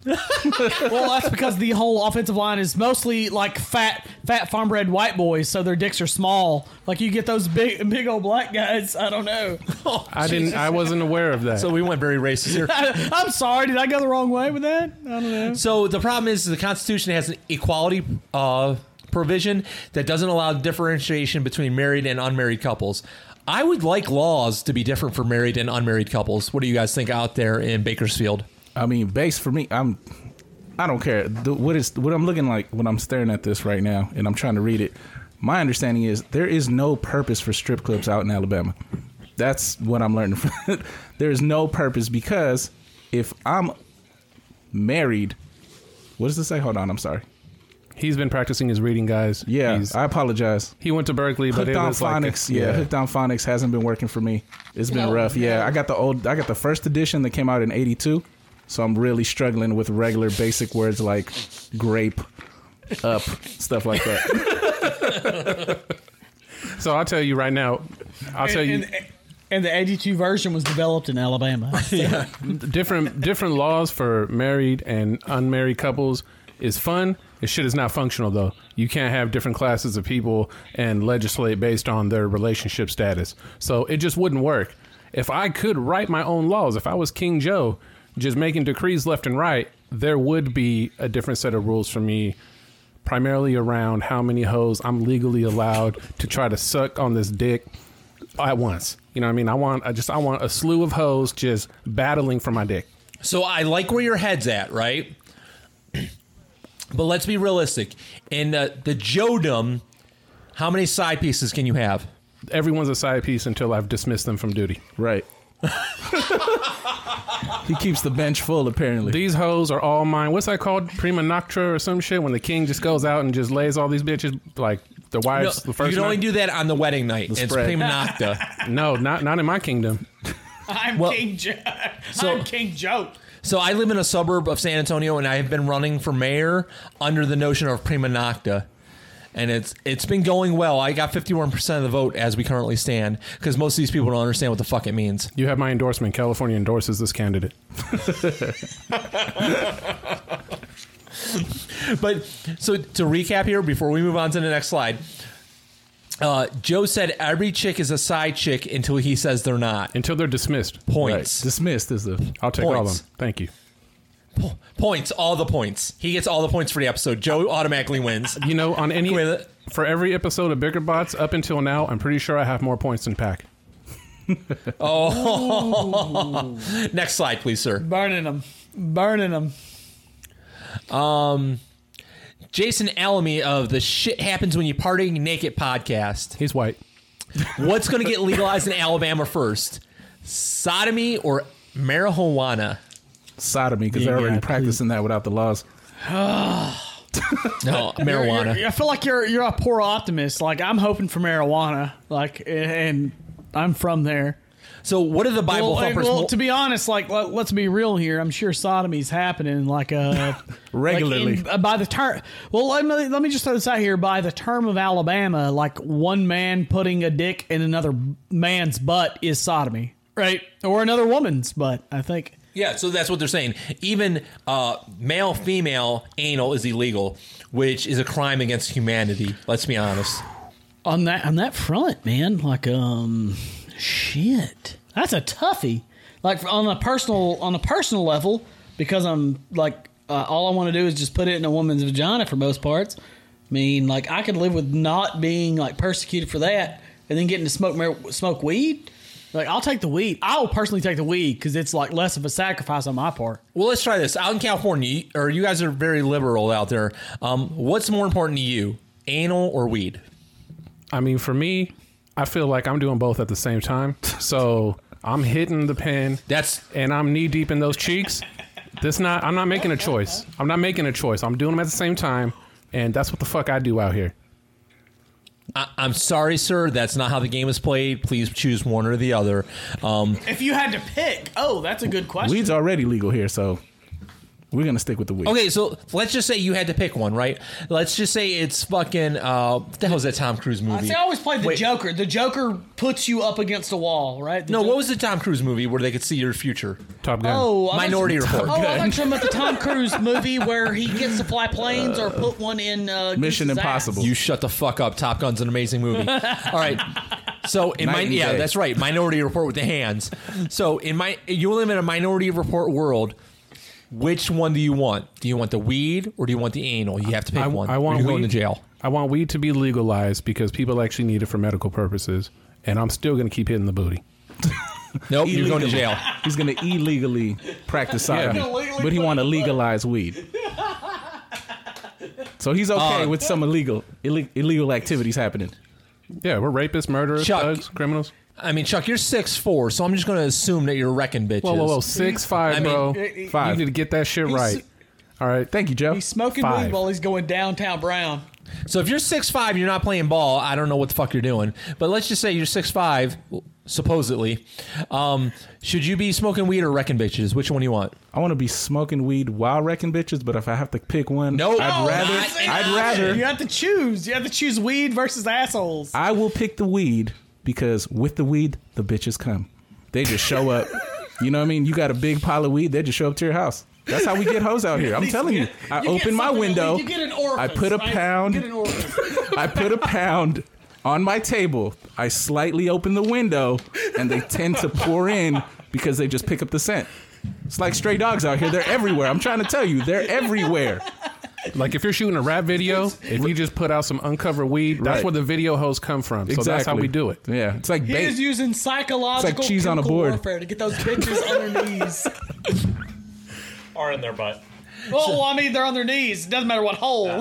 Speaker 8: Well, that's because the whole offensive line is mostly like fat, fat farm bred white boys, so their dicks are small. Like you get those big, big old black guys. I don't know.
Speaker 4: I didn't. I wasn't aware of that.
Speaker 6: So we went very racist here.
Speaker 8: I, I'm sorry, did I go the wrong way with that? I don't know.
Speaker 6: So the problem is the Constitution has an equality uh, provision that doesn't allow differentiation between married and unmarried couples. I would like laws to be different for married and unmarried couples. What do you guys think out there in Bakersfield?
Speaker 3: I mean, base for me, I'm. I don't care the, what is what I'm looking like when I'm staring at this right now, and I'm trying to read it. My understanding is there is no purpose for strip clubs out in Alabama. That's what I'm learning. From. there is no purpose because if I'm married, what does it say? Hold on, I'm sorry.
Speaker 4: He's been practicing his reading, guys.
Speaker 3: Yeah,
Speaker 4: He's-
Speaker 3: I apologize.
Speaker 4: he went to Berkeley, but
Speaker 3: Hooked
Speaker 4: it
Speaker 3: on
Speaker 4: was like
Speaker 3: phonics, yeah, Hooked on phonics hasn't been working for me. It's been rough. Yeah, I got the old, I got the first edition that came out in '82, so I'm really struggling with regular basic words like grape, up, stuff like that.
Speaker 4: So I'll tell you right now. I'll tell you.
Speaker 8: And, and the 82 version was developed in Alabama.
Speaker 4: different different laws for married and unmarried couples is fun. This shit is not functional though. You can't have different classes of people and legislate based on their relationship status. So it just wouldn't work. If I could write my own laws, if I was King Joe, just making decrees left and right, there would be a different set of rules for me primarily around how many hoes I'm legally allowed to try to suck on this dick at once. You know what I mean? I want I just I want a slew of hoes just battling for my dick.
Speaker 6: So I like where your head's at, right? But let's be realistic. In uh, the Jodom, how many side pieces can you have?
Speaker 4: Everyone's a side piece until I've dismissed them from duty.
Speaker 3: right. he keeps the bench full apparently.
Speaker 4: These hoes are all mine. What's that called? Prima noctra or some shit when the king just goes out and just lays all these bitches like the
Speaker 6: No,
Speaker 4: wives the
Speaker 6: you
Speaker 4: first
Speaker 6: can only
Speaker 4: night?
Speaker 6: do that on the wedding night. and it's
Speaker 3: spread.
Speaker 6: prima nocta.
Speaker 4: No, not not in my kingdom.
Speaker 8: I'm
Speaker 6: Well,
Speaker 8: King Joe.
Speaker 6: so-
Speaker 8: I'm King Joe.
Speaker 6: So I live in a suburb of San Antonio, and I have been running for mayor under the notion of prima nocta, and it's it's been going well. I got fifty one percent of the vote as we currently stand, because most of these people don't understand what the fuck it means.
Speaker 4: You have my endorsement. California endorses this candidate.
Speaker 6: But so to recap here, before we move on to the next slide, uh, Joe said every chick is a side chick until he says they're not.
Speaker 4: Until they're dismissed.
Speaker 6: Points,
Speaker 3: Dismissed is the
Speaker 4: I'll take all of
Speaker 6: Points.
Speaker 4: them. Thank you.
Speaker 6: points, all the points. He gets all the points for the episode. Joe automatically wins.
Speaker 4: You know, on any
Speaker 6: Wait, that-
Speaker 4: for every episode of Bigger Bots up until now, I'm pretty sure I have more points than Pack.
Speaker 6: Next slide, please, sir.
Speaker 8: Burning them. Burning them.
Speaker 6: Jason Alamy of the Shit Happens When You Party Naked podcast.
Speaker 4: He's white.
Speaker 6: What's going to get legalized in Alabama first? Sodomy or marijuana.
Speaker 3: Sodomy, because they're
Speaker 6: Yeah,
Speaker 3: already
Speaker 6: please.
Speaker 3: practicing that without the laws.
Speaker 6: no,
Speaker 8: You're-
Speaker 6: marijuana.
Speaker 8: you're- I feel like you're you're a poor optimist. Like I'm hoping for marijuana. Like and I'm from there.
Speaker 6: So what are the Bible
Speaker 8: well, and-
Speaker 6: thumpers
Speaker 8: Well,
Speaker 6: mo-
Speaker 8: to be honest, like let, us be real here. I'm sure sodomy's happening like uh
Speaker 3: Regularly.
Speaker 8: like in- uh, by the term, well, let me, let me just throw this out here. By the term of Alabama, like one man putting a dick in another man's butt is sodomy, right? Or another woman's butt. I think.
Speaker 6: Yeah, so that's what they're saying. Even uh, male female anal is illegal, which is a crime against humanity. Let's be honest.
Speaker 10: on that on that front, man. Like um, shit,
Speaker 8: That's a toughie. Like on a personal on a personal level, because I'm like uh, all I want to do is just put it in a woman's vagina for most parts. I mean, like I could live with not being like persecuted for that, and then getting to smoke mar- smoke weed. Like I'll take the weed. I'll personally take the weed because it's like less of a sacrifice on my part.
Speaker 6: Well, let's try this. Out in California, you- or you guys are very liberal out there. Um, what's more important to you, anal or weed?
Speaker 4: I mean, for me, I feel like I'm doing both at the same time. So I'm hitting the pen.
Speaker 6: That's
Speaker 4: and I'm knee deep in those cheeks. This not. I'm not making a choice. I'm not making a choice. I'm doing them at the same time, and that's what the fuck I do out here.
Speaker 6: I- I'm sorry, sir. That's not how the game is played. Please choose one or the other. Um,
Speaker 8: If you had to pick, oh, that's a good question.
Speaker 3: Weed's already legal here, so we're gonna stick with the weed.
Speaker 6: okay, so let's just say you had to pick one, right? Let's just say it's fucking. Uh, what the hell is that Tom Cruise movie?
Speaker 8: See, I always played the Joker. The Joker puts you up against the wall, right? The
Speaker 6: no,
Speaker 8: Jo-
Speaker 6: what was the Tom Cruise movie where they could see your future?
Speaker 4: Top
Speaker 8: Oh, I thought-
Speaker 6: Minority Report.
Speaker 8: Oh, I thought you were talking about the Tom Cruise movie where he gets to fly planes or put one in uh, Goose's ass.
Speaker 6: You shut the fuck up. Top Gun's an amazing movie. All right. So in
Speaker 3: Night
Speaker 6: my
Speaker 3: and
Speaker 6: yeah,
Speaker 3: day.
Speaker 6: that's right. Minority Report with the hands. So in my you live in a Minority Report world. Which one do you want? Do you want the weed or do you want the anal? You have to pick
Speaker 4: I,
Speaker 6: one.
Speaker 4: I want
Speaker 6: You're
Speaker 4: weed
Speaker 6: going to jail.
Speaker 4: I want weed to be legalized because people actually need it for medical purposes, and I'm still gonna keep hitting the booty.
Speaker 6: Nope, you're going to
Speaker 3: Illegally.
Speaker 6: jail.
Speaker 3: He's gonna illegally practice
Speaker 4: Yeah.
Speaker 3: sodomy,
Speaker 8: Illegally
Speaker 3: but he
Speaker 8: put
Speaker 3: want to
Speaker 8: in the butt.
Speaker 3: legalize weed. So he's okay
Speaker 4: Uh,
Speaker 3: with some illegal ille- illegal activities happening.
Speaker 4: Yeah, we're rapists, murderers,
Speaker 6: Chuck.
Speaker 4: thugs, criminals.
Speaker 6: I mean, Chuck, you're six four, so I'm just going to assume that you're wrecking bitches.
Speaker 4: Whoa, whoa, whoa! oh, Six five,
Speaker 6: I mean,
Speaker 4: bro.
Speaker 8: he-
Speaker 4: five. You need to get that shit right. All right.
Speaker 3: Thank you, Joe.
Speaker 8: He's smoking
Speaker 4: Five.
Speaker 8: weed while he's going downtown Brown.
Speaker 6: So if you're six five, you're not playing ball. I don't know what the fuck you're doing. But let's just say you're six five, supposedly. Um, should you be smoking weed or wrecking bitches? Which one do you want?
Speaker 3: I want to be smoking weed while wrecking bitches, but if I have to pick one,
Speaker 6: No,
Speaker 3: I'd
Speaker 8: Oh,
Speaker 6: no,
Speaker 3: rather
Speaker 6: not an
Speaker 3: I'd
Speaker 6: option.
Speaker 8: You
Speaker 3: rather
Speaker 8: have to choose. You have to choose weed versus assholes.
Speaker 3: I will pick the weed because with the weed, the bitches come. They just show up. you know what I mean? You got a big pile of weed, they just show up to your house. That's how we get hoes out here. I'm telling you. I
Speaker 8: You get
Speaker 3: open my
Speaker 8: something to
Speaker 3: window.
Speaker 8: eat. You get an orifice,
Speaker 3: I put a
Speaker 8: right?
Speaker 3: pound.
Speaker 8: You get an orifice.
Speaker 3: I put a pound on my table. I slightly open the window, and they tend to pour in because they just pick up the scent. It's like stray dogs out here. They're everywhere. I'm trying to tell you, they're everywhere.
Speaker 4: Like if you're shooting a rap video, if you just put out some uncovered weed, that's
Speaker 3: Right.
Speaker 4: where the video hoes come from. So that's how
Speaker 3: Exactly.
Speaker 4: we do it.
Speaker 3: Yeah, it's like
Speaker 8: He
Speaker 3: bait.
Speaker 8: is using psychological
Speaker 3: It's like cheese on a
Speaker 8: chemical
Speaker 3: board.
Speaker 8: warfare to get those bitches on their knees.
Speaker 17: Or in their butt.
Speaker 8: Well, well, I mean, they're on their knees. It doesn't matter what hole.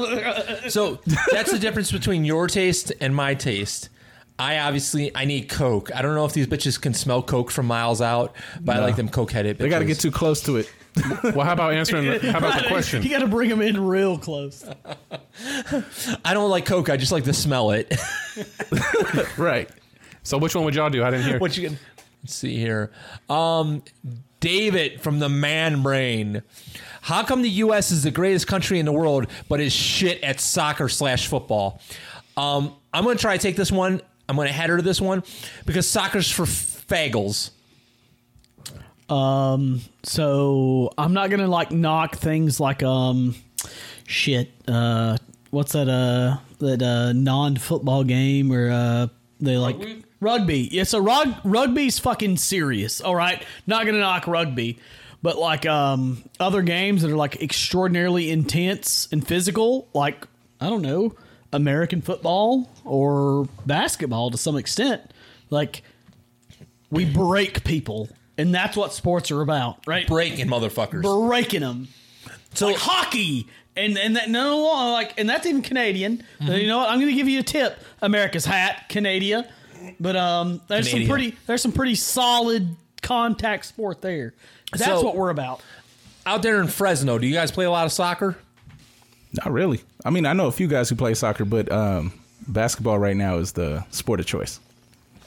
Speaker 6: So that's the difference between your taste and my taste. I obviously I need coke. I don't know if these bitches can smell coke from miles out, but I like them coke headed.
Speaker 3: they got to get too close to it.
Speaker 4: Well, how about answering? The, how about the question?
Speaker 8: you got to bring them in real close.
Speaker 6: I don't like coke. I just like to smell it.
Speaker 4: Right. So which one would y'all do? I didn't hear.
Speaker 6: what you can let's see here. Um, David from the Man Brain. How come the U.S. is the greatest country in the world, but is shit at soccer slash football? Um, I'm gonna try to take this one. I'm gonna header to this one because soccer's for fagels.
Speaker 10: Um, so I'm not gonna like knock things like um, shit. Uh, what's that? Uh, that uh non-football game where uh they like rugby.
Speaker 8: Yeah, so rug, rugby's fucking serious. All right, not gonna knock rugby, but like um other games that are like extraordinarily intense and physical, like I don't know, American football or basketball to some extent. Like we break people, and that's what sports are about, right?
Speaker 6: Breaking motherfuckers.
Speaker 8: breaking them. So like hockey and and that no like and that's even Canadian.
Speaker 6: Mm-hmm.
Speaker 8: You know what? I'm going to give you a tip. America's hat, Canada. But um, there's
Speaker 6: Canada.
Speaker 8: some pretty there's some pretty solid
Speaker 10: contact sport there. That's
Speaker 6: So-
Speaker 10: what we're about.
Speaker 6: Out there in Fresno, do you guys play a lot of soccer?
Speaker 3: Not really. I mean, I know a few guys who play soccer, but um, basketball right now is the sport of choice.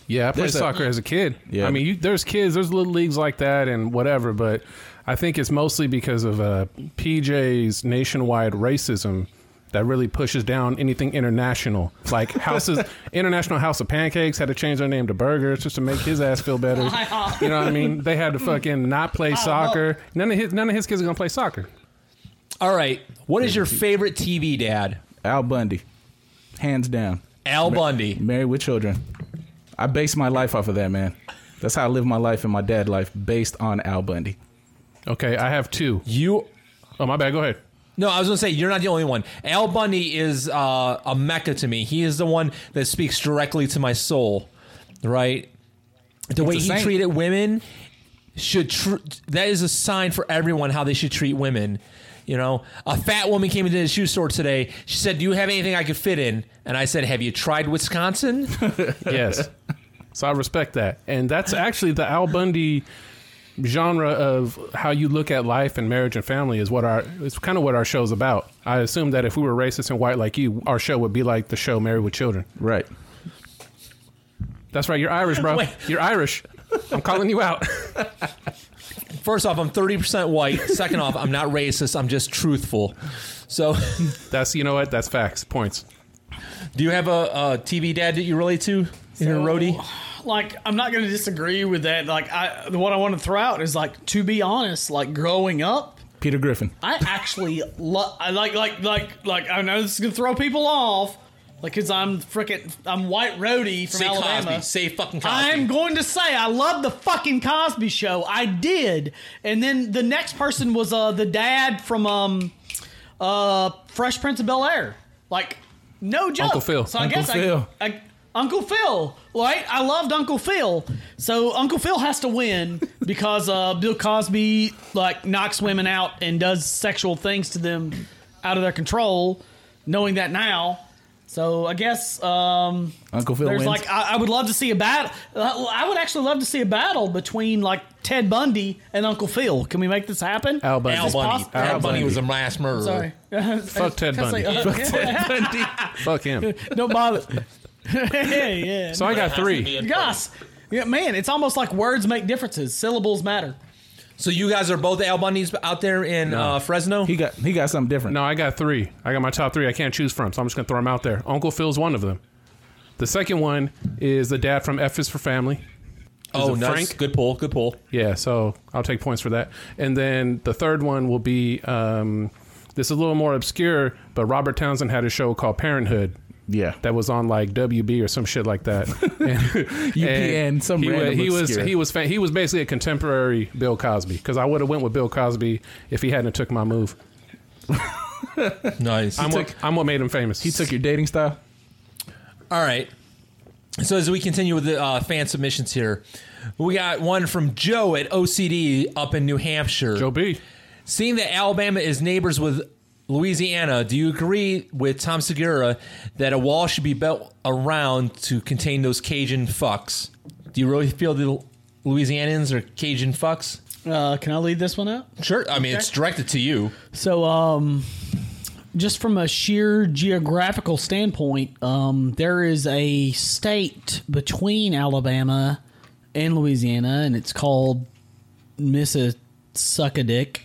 Speaker 4: Yeah, I played
Speaker 3: There's a-
Speaker 4: soccer as a kid.
Speaker 3: Yeah.
Speaker 4: I mean, you, there's kids, there's little leagues like that and whatever, but I think it's mostly because of uh, PJ's nationwide racism that really pushes down anything international. Like houses, International House of Pancakes had to change their name to Burgers just to make his ass feel better. you know what I mean? They had to fucking not play soccer. None of his none of his kids are gonna play soccer.
Speaker 6: All right. What is your favorite TV dad?
Speaker 3: Al Bundy, hands down.
Speaker 6: Al Bundy,
Speaker 3: married with children. I base my life off of that man. That's how I live my life and my dad life based on Al Bundy.
Speaker 4: Okay, I have two.
Speaker 6: You.
Speaker 4: Oh my bad. Go ahead.
Speaker 6: No, I was going to say you're not the only one. Al Bundy is uh, a mecca to me. He is the one that speaks directly to my soul, right? The way
Speaker 3: a
Speaker 6: he
Speaker 3: saint.
Speaker 6: treated women should tr- that is a sign for everyone how they should treat women. You know, a fat woman came into the shoe store today. She said, "Do you have anything I could fit in?" And I said, "Have you tried Wisconsin?"
Speaker 4: yes. So I respect that. And that's actually the Al Bundy genre of how you look at life and marriage and family is what our it's kind of what our show's about. I assume that if we were racist and white like you, our show would be like the show Married with Children.
Speaker 3: Right.
Speaker 4: That's right. You're Irish, bro.
Speaker 6: Wait.
Speaker 4: You're Irish. I'm calling you out.
Speaker 6: First off, I'm 30% white. Second off, I'm not racist. I'm just truthful. So,
Speaker 4: That's you know what? That's facts. Points.
Speaker 6: do you have a, a TV dad that you relate to in your roadie?
Speaker 8: like I'm not going to disagree with that. Like I, what I want to throw out is like to be honest, like growing up,
Speaker 3: Peter Griffin.
Speaker 8: I actually lo- I like like like like I know this is gonna throw people off, like because I'm frickin' I'm white roadie from
Speaker 6: Say
Speaker 8: Alabama.
Speaker 6: Cosby. Say fucking Cosby.
Speaker 8: I'm going to say I love the fucking Cosby Show. I did, and then the next person was uh the dad from um uh Fresh Prince of Bel Air. Like no joke,
Speaker 4: Uncle Phil.
Speaker 8: So I
Speaker 4: Uncle
Speaker 8: guess
Speaker 4: Phil.
Speaker 8: I, I Uncle Phil, right? I loved Uncle Phil, so Uncle Phil has to win because uh, Bill Cosby like knocks women out and does sexual things to them out of their control. Knowing that now, so I guess um,
Speaker 3: Uncle Phil
Speaker 8: there's
Speaker 3: wins.
Speaker 8: like I, I would love to see a battle. I would actually love to see a battle between like Ted Bundy and Uncle Phil. Can we make this happen?
Speaker 4: Al Bundy.
Speaker 8: Is
Speaker 6: Al
Speaker 8: this
Speaker 6: Bundy.
Speaker 8: poss-
Speaker 6: Al Bundy was a mass murderer.
Speaker 8: Sorry.
Speaker 4: Fuck Ted Bundy. Fuck him.
Speaker 8: uh, Don't bother. hey, yeah.
Speaker 4: So I got three.
Speaker 8: Gosh. Yeah, man, it's almost like words make differences. Syllables matter.
Speaker 6: So you guys are both Al Bundys out there in uh, Fresno.
Speaker 3: He got he got something different.
Speaker 4: No, I got three. I got my top three. I can't choose from, so I'm just gonna throw them out there. Uncle Phil's one of them. The second one is the dad from F is for Family.
Speaker 6: oh,
Speaker 4: it
Speaker 6: nice.
Speaker 4: Frank?
Speaker 6: Good pull. Good pull.
Speaker 4: Yeah, so I'll take points for that. And then the third one will be um, this is a little more obscure, but Robert Townsend had a show called Parenthood
Speaker 3: Yeah.
Speaker 4: that was on like WB or some shit like that. and,
Speaker 3: UPN, some
Speaker 4: he
Speaker 3: random
Speaker 4: was, he was
Speaker 3: obscure.
Speaker 4: he was fa- he was basically a contemporary Bill Cosby because I would have went with Bill Cosby if he hadn't took my move.
Speaker 6: Nice.
Speaker 4: I'm what, I'm what made him famous.
Speaker 3: He took your dating style.
Speaker 6: All right. So as we continue with the uh, fan submissions here, we got one from Joe at OCD up in New Hampshire.
Speaker 4: Joe B.
Speaker 6: Seeing that Alabama is neighbors with Louisiana, do you agree with Tom Segura that a wall should be built around to contain those Cajun fucks? Do you really feel the Louisianians are Cajun fucks?
Speaker 8: Uh, can I lead this one out?
Speaker 6: Sure. I mean, it's directed to you.
Speaker 8: So, um, just from a sheer geographical standpoint, um, there is a state between Alabama and Louisiana, and it's called Mississaudick.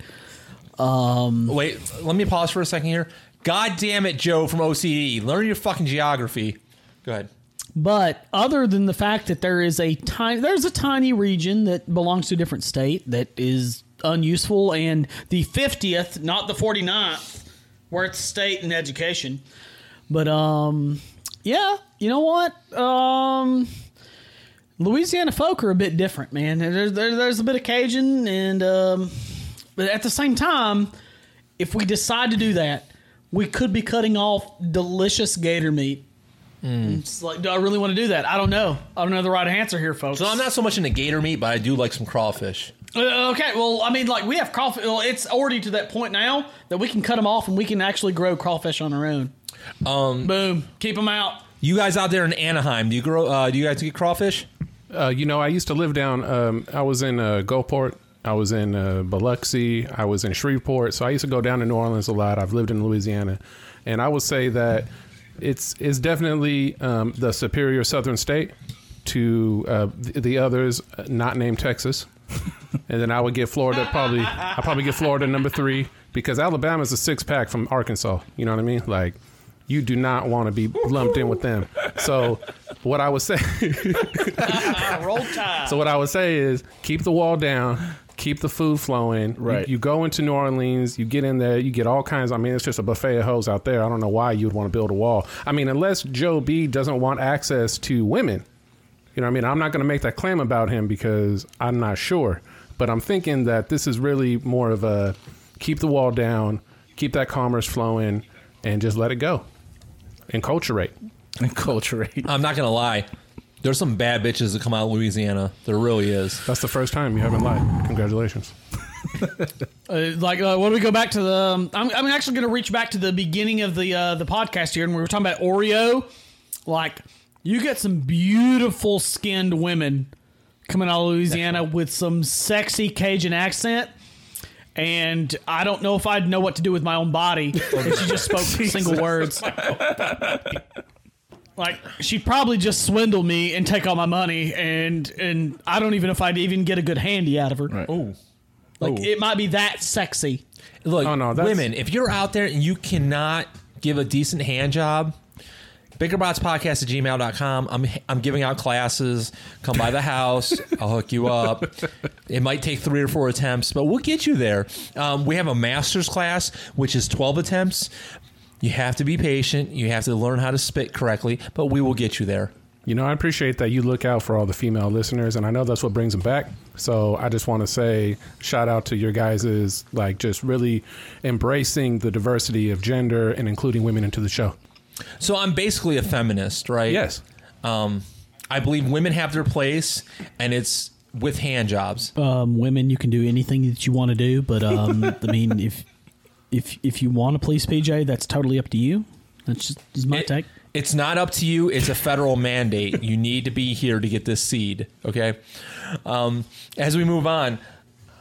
Speaker 6: Wait, let me pause for a second here. God damn it, Joe from OCD. Learn your fucking geography. Go ahead.
Speaker 8: But other than the fact that there is a tiny, there's a tiny region that belongs to a different state that is unuseful, and the 50th, not the 49th, where it's state and education. But um, yeah, you know what? Um, Louisiana folk are a bit different, man. There's there, there's a bit of Cajun, and um, but at the same time, if we decide to do that, we could be cutting off delicious gator meat.
Speaker 6: Hmm.
Speaker 8: It's like, do I really want to do that? I don't know. I don't know the right answer here, folks.
Speaker 6: So I'm not so much into gator meat, but I do like some crawfish.
Speaker 8: Uh, okay, well, I mean, like we have crawfish. Well, it's already to that point now that we can cut them off and we can actually grow crawfish on our own. Um, Boom. Keep them out.
Speaker 6: You guys out there in Anaheim, do you grow? Uh, do you guys get crawfish?
Speaker 4: Uh, you know, I used to live down. Um, I was in uh, Gulfport. I was in uh, Biloxi. I was in Shreveport. So I used to go down to New Orleans a lot. I've lived in Louisiana, and I would say that it's it's definitely um, the superior Southern state to uh, the, the others, uh, not named Texas. and then I would get Florida probably. I probably get Florida number three because Alabama's a six pack from Arkansas. You know what I mean? Like. You do not want to be lumped in with them. So, what I would say,
Speaker 8: Ah, Roll Tide.
Speaker 4: So what I would say is keep the wall down, keep the food flowing. Right. You, you go into New Orleans, you get in there, you get all kinds. I mean, it's just a buffet of hoes out there. I don't know why you'd want to build a wall. I mean, unless Joe B doesn't want access to women. You know, what I mean, I'm not going to make that claim about him because I'm not sure. But I'm thinking that this is really more of a keep the wall down, keep that commerce flowing, and just let it go. Enculturate.
Speaker 3: Enculturate.
Speaker 6: I'm not gonna lie. There's some bad bitches that come out of Louisiana. There really is.
Speaker 4: That's the first time you haven't lied. Congratulations.
Speaker 8: Uh, like, uh, when we go back to the, um, I'm, I'm actually going to reach back to the beginning of the uh, the podcast here, and we were talking about Oreo. Like, you get some beautiful skinned women coming out of Louisiana with some sexy Cajun accent. And I don't know if I'd know what to do with my own body if she just spoke single words. Like she'd probably just swindle me and take all my money, and and I don't even know if I'd even get a good handy out of her.
Speaker 6: Oh,
Speaker 8: Like
Speaker 6: Ooh.
Speaker 8: it might be that sexy.
Speaker 6: Look,
Speaker 4: Oh, no, that's-
Speaker 6: women, if you're out there and you cannot give a decent hand job, biggerbotspodcast at gmail.com. I'm, I'm giving out classes. Come by the house. I'll hook you up. It might take three or four attempts, but we'll get you there. Um, we have a master's class, which is 12 attempts. You have to be patient. You have to learn how to spit correctly, but we will get you there.
Speaker 4: You know, I appreciate that you look out for all the female listeners, and I know that's what brings them back. So I just want to say shout out to your guys is like just really embracing the diversity of gender and including women into the show.
Speaker 6: So I'm basically a feminist, right?
Speaker 4: Yes.
Speaker 6: Um, I believe women have their place, and it's with hand jobs.
Speaker 10: um, women, you can do anything that you want to do, but um, I mean, if if if you want to please PJ, that's totally up to you. That's just is my take.
Speaker 6: It's not up to you. It's a federal mandate. You need to be here to get this seed. Okay. Um, as we move on,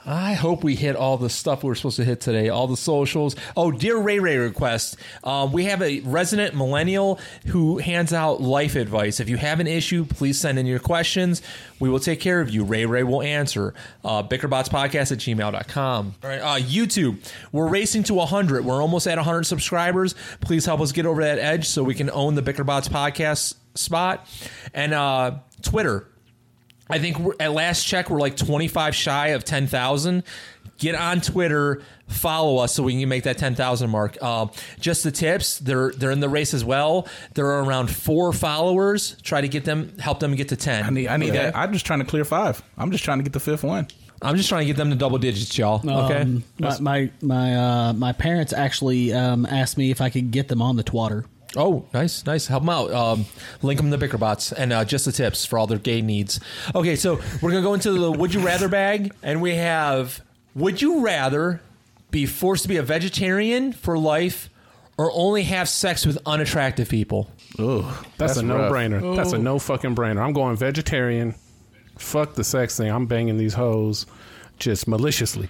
Speaker 6: I hope we hit all the stuff we were supposed to hit today. All the socials. Oh, dear Ray Ray request. Um, we have a resident millennial who hands out life advice. If you have an issue, please send in your questions. We will take care of you. Ray Ray will answer. Uh, Bickerbotspodcast at gmail.com. All right. Uh, YouTube. We're racing to 100. We're almost at 100 subscribers. Please help us get over that edge so we can own the Bickerbots podcast spot. And uh, Twitter. I think we're, at last check, we're like 25 shy of 10,000. Get on Twitter, follow us so we can make that 10,000 mark. Uh, just the tips, they're they're in the race as well. There are around four followers. Try to get them, help them get to 10.
Speaker 3: I need, I need that. I'm just trying to clear five. I'm just trying to get the fifth one.
Speaker 6: I'm just trying to get them to double digits, y'all. okay.
Speaker 10: Um, my my my, uh, my parents actually um, asked me if I could get them on the twatter.
Speaker 6: Oh, nice, nice. Help them out. Um, link them to Bickerbots and uh, just the tips for all their gay needs. Okay, so we're gonna go into the Would You Rather bag, and we have Would you rather be forced to be a vegetarian for life, or only have sex with unattractive people?
Speaker 3: Oh,
Speaker 4: That's, a no
Speaker 3: rough.
Speaker 4: brainer. That's a no fucking brainer. I'm going vegetarian. Fuck the sex thing. I'm banging these hoes just maliciously.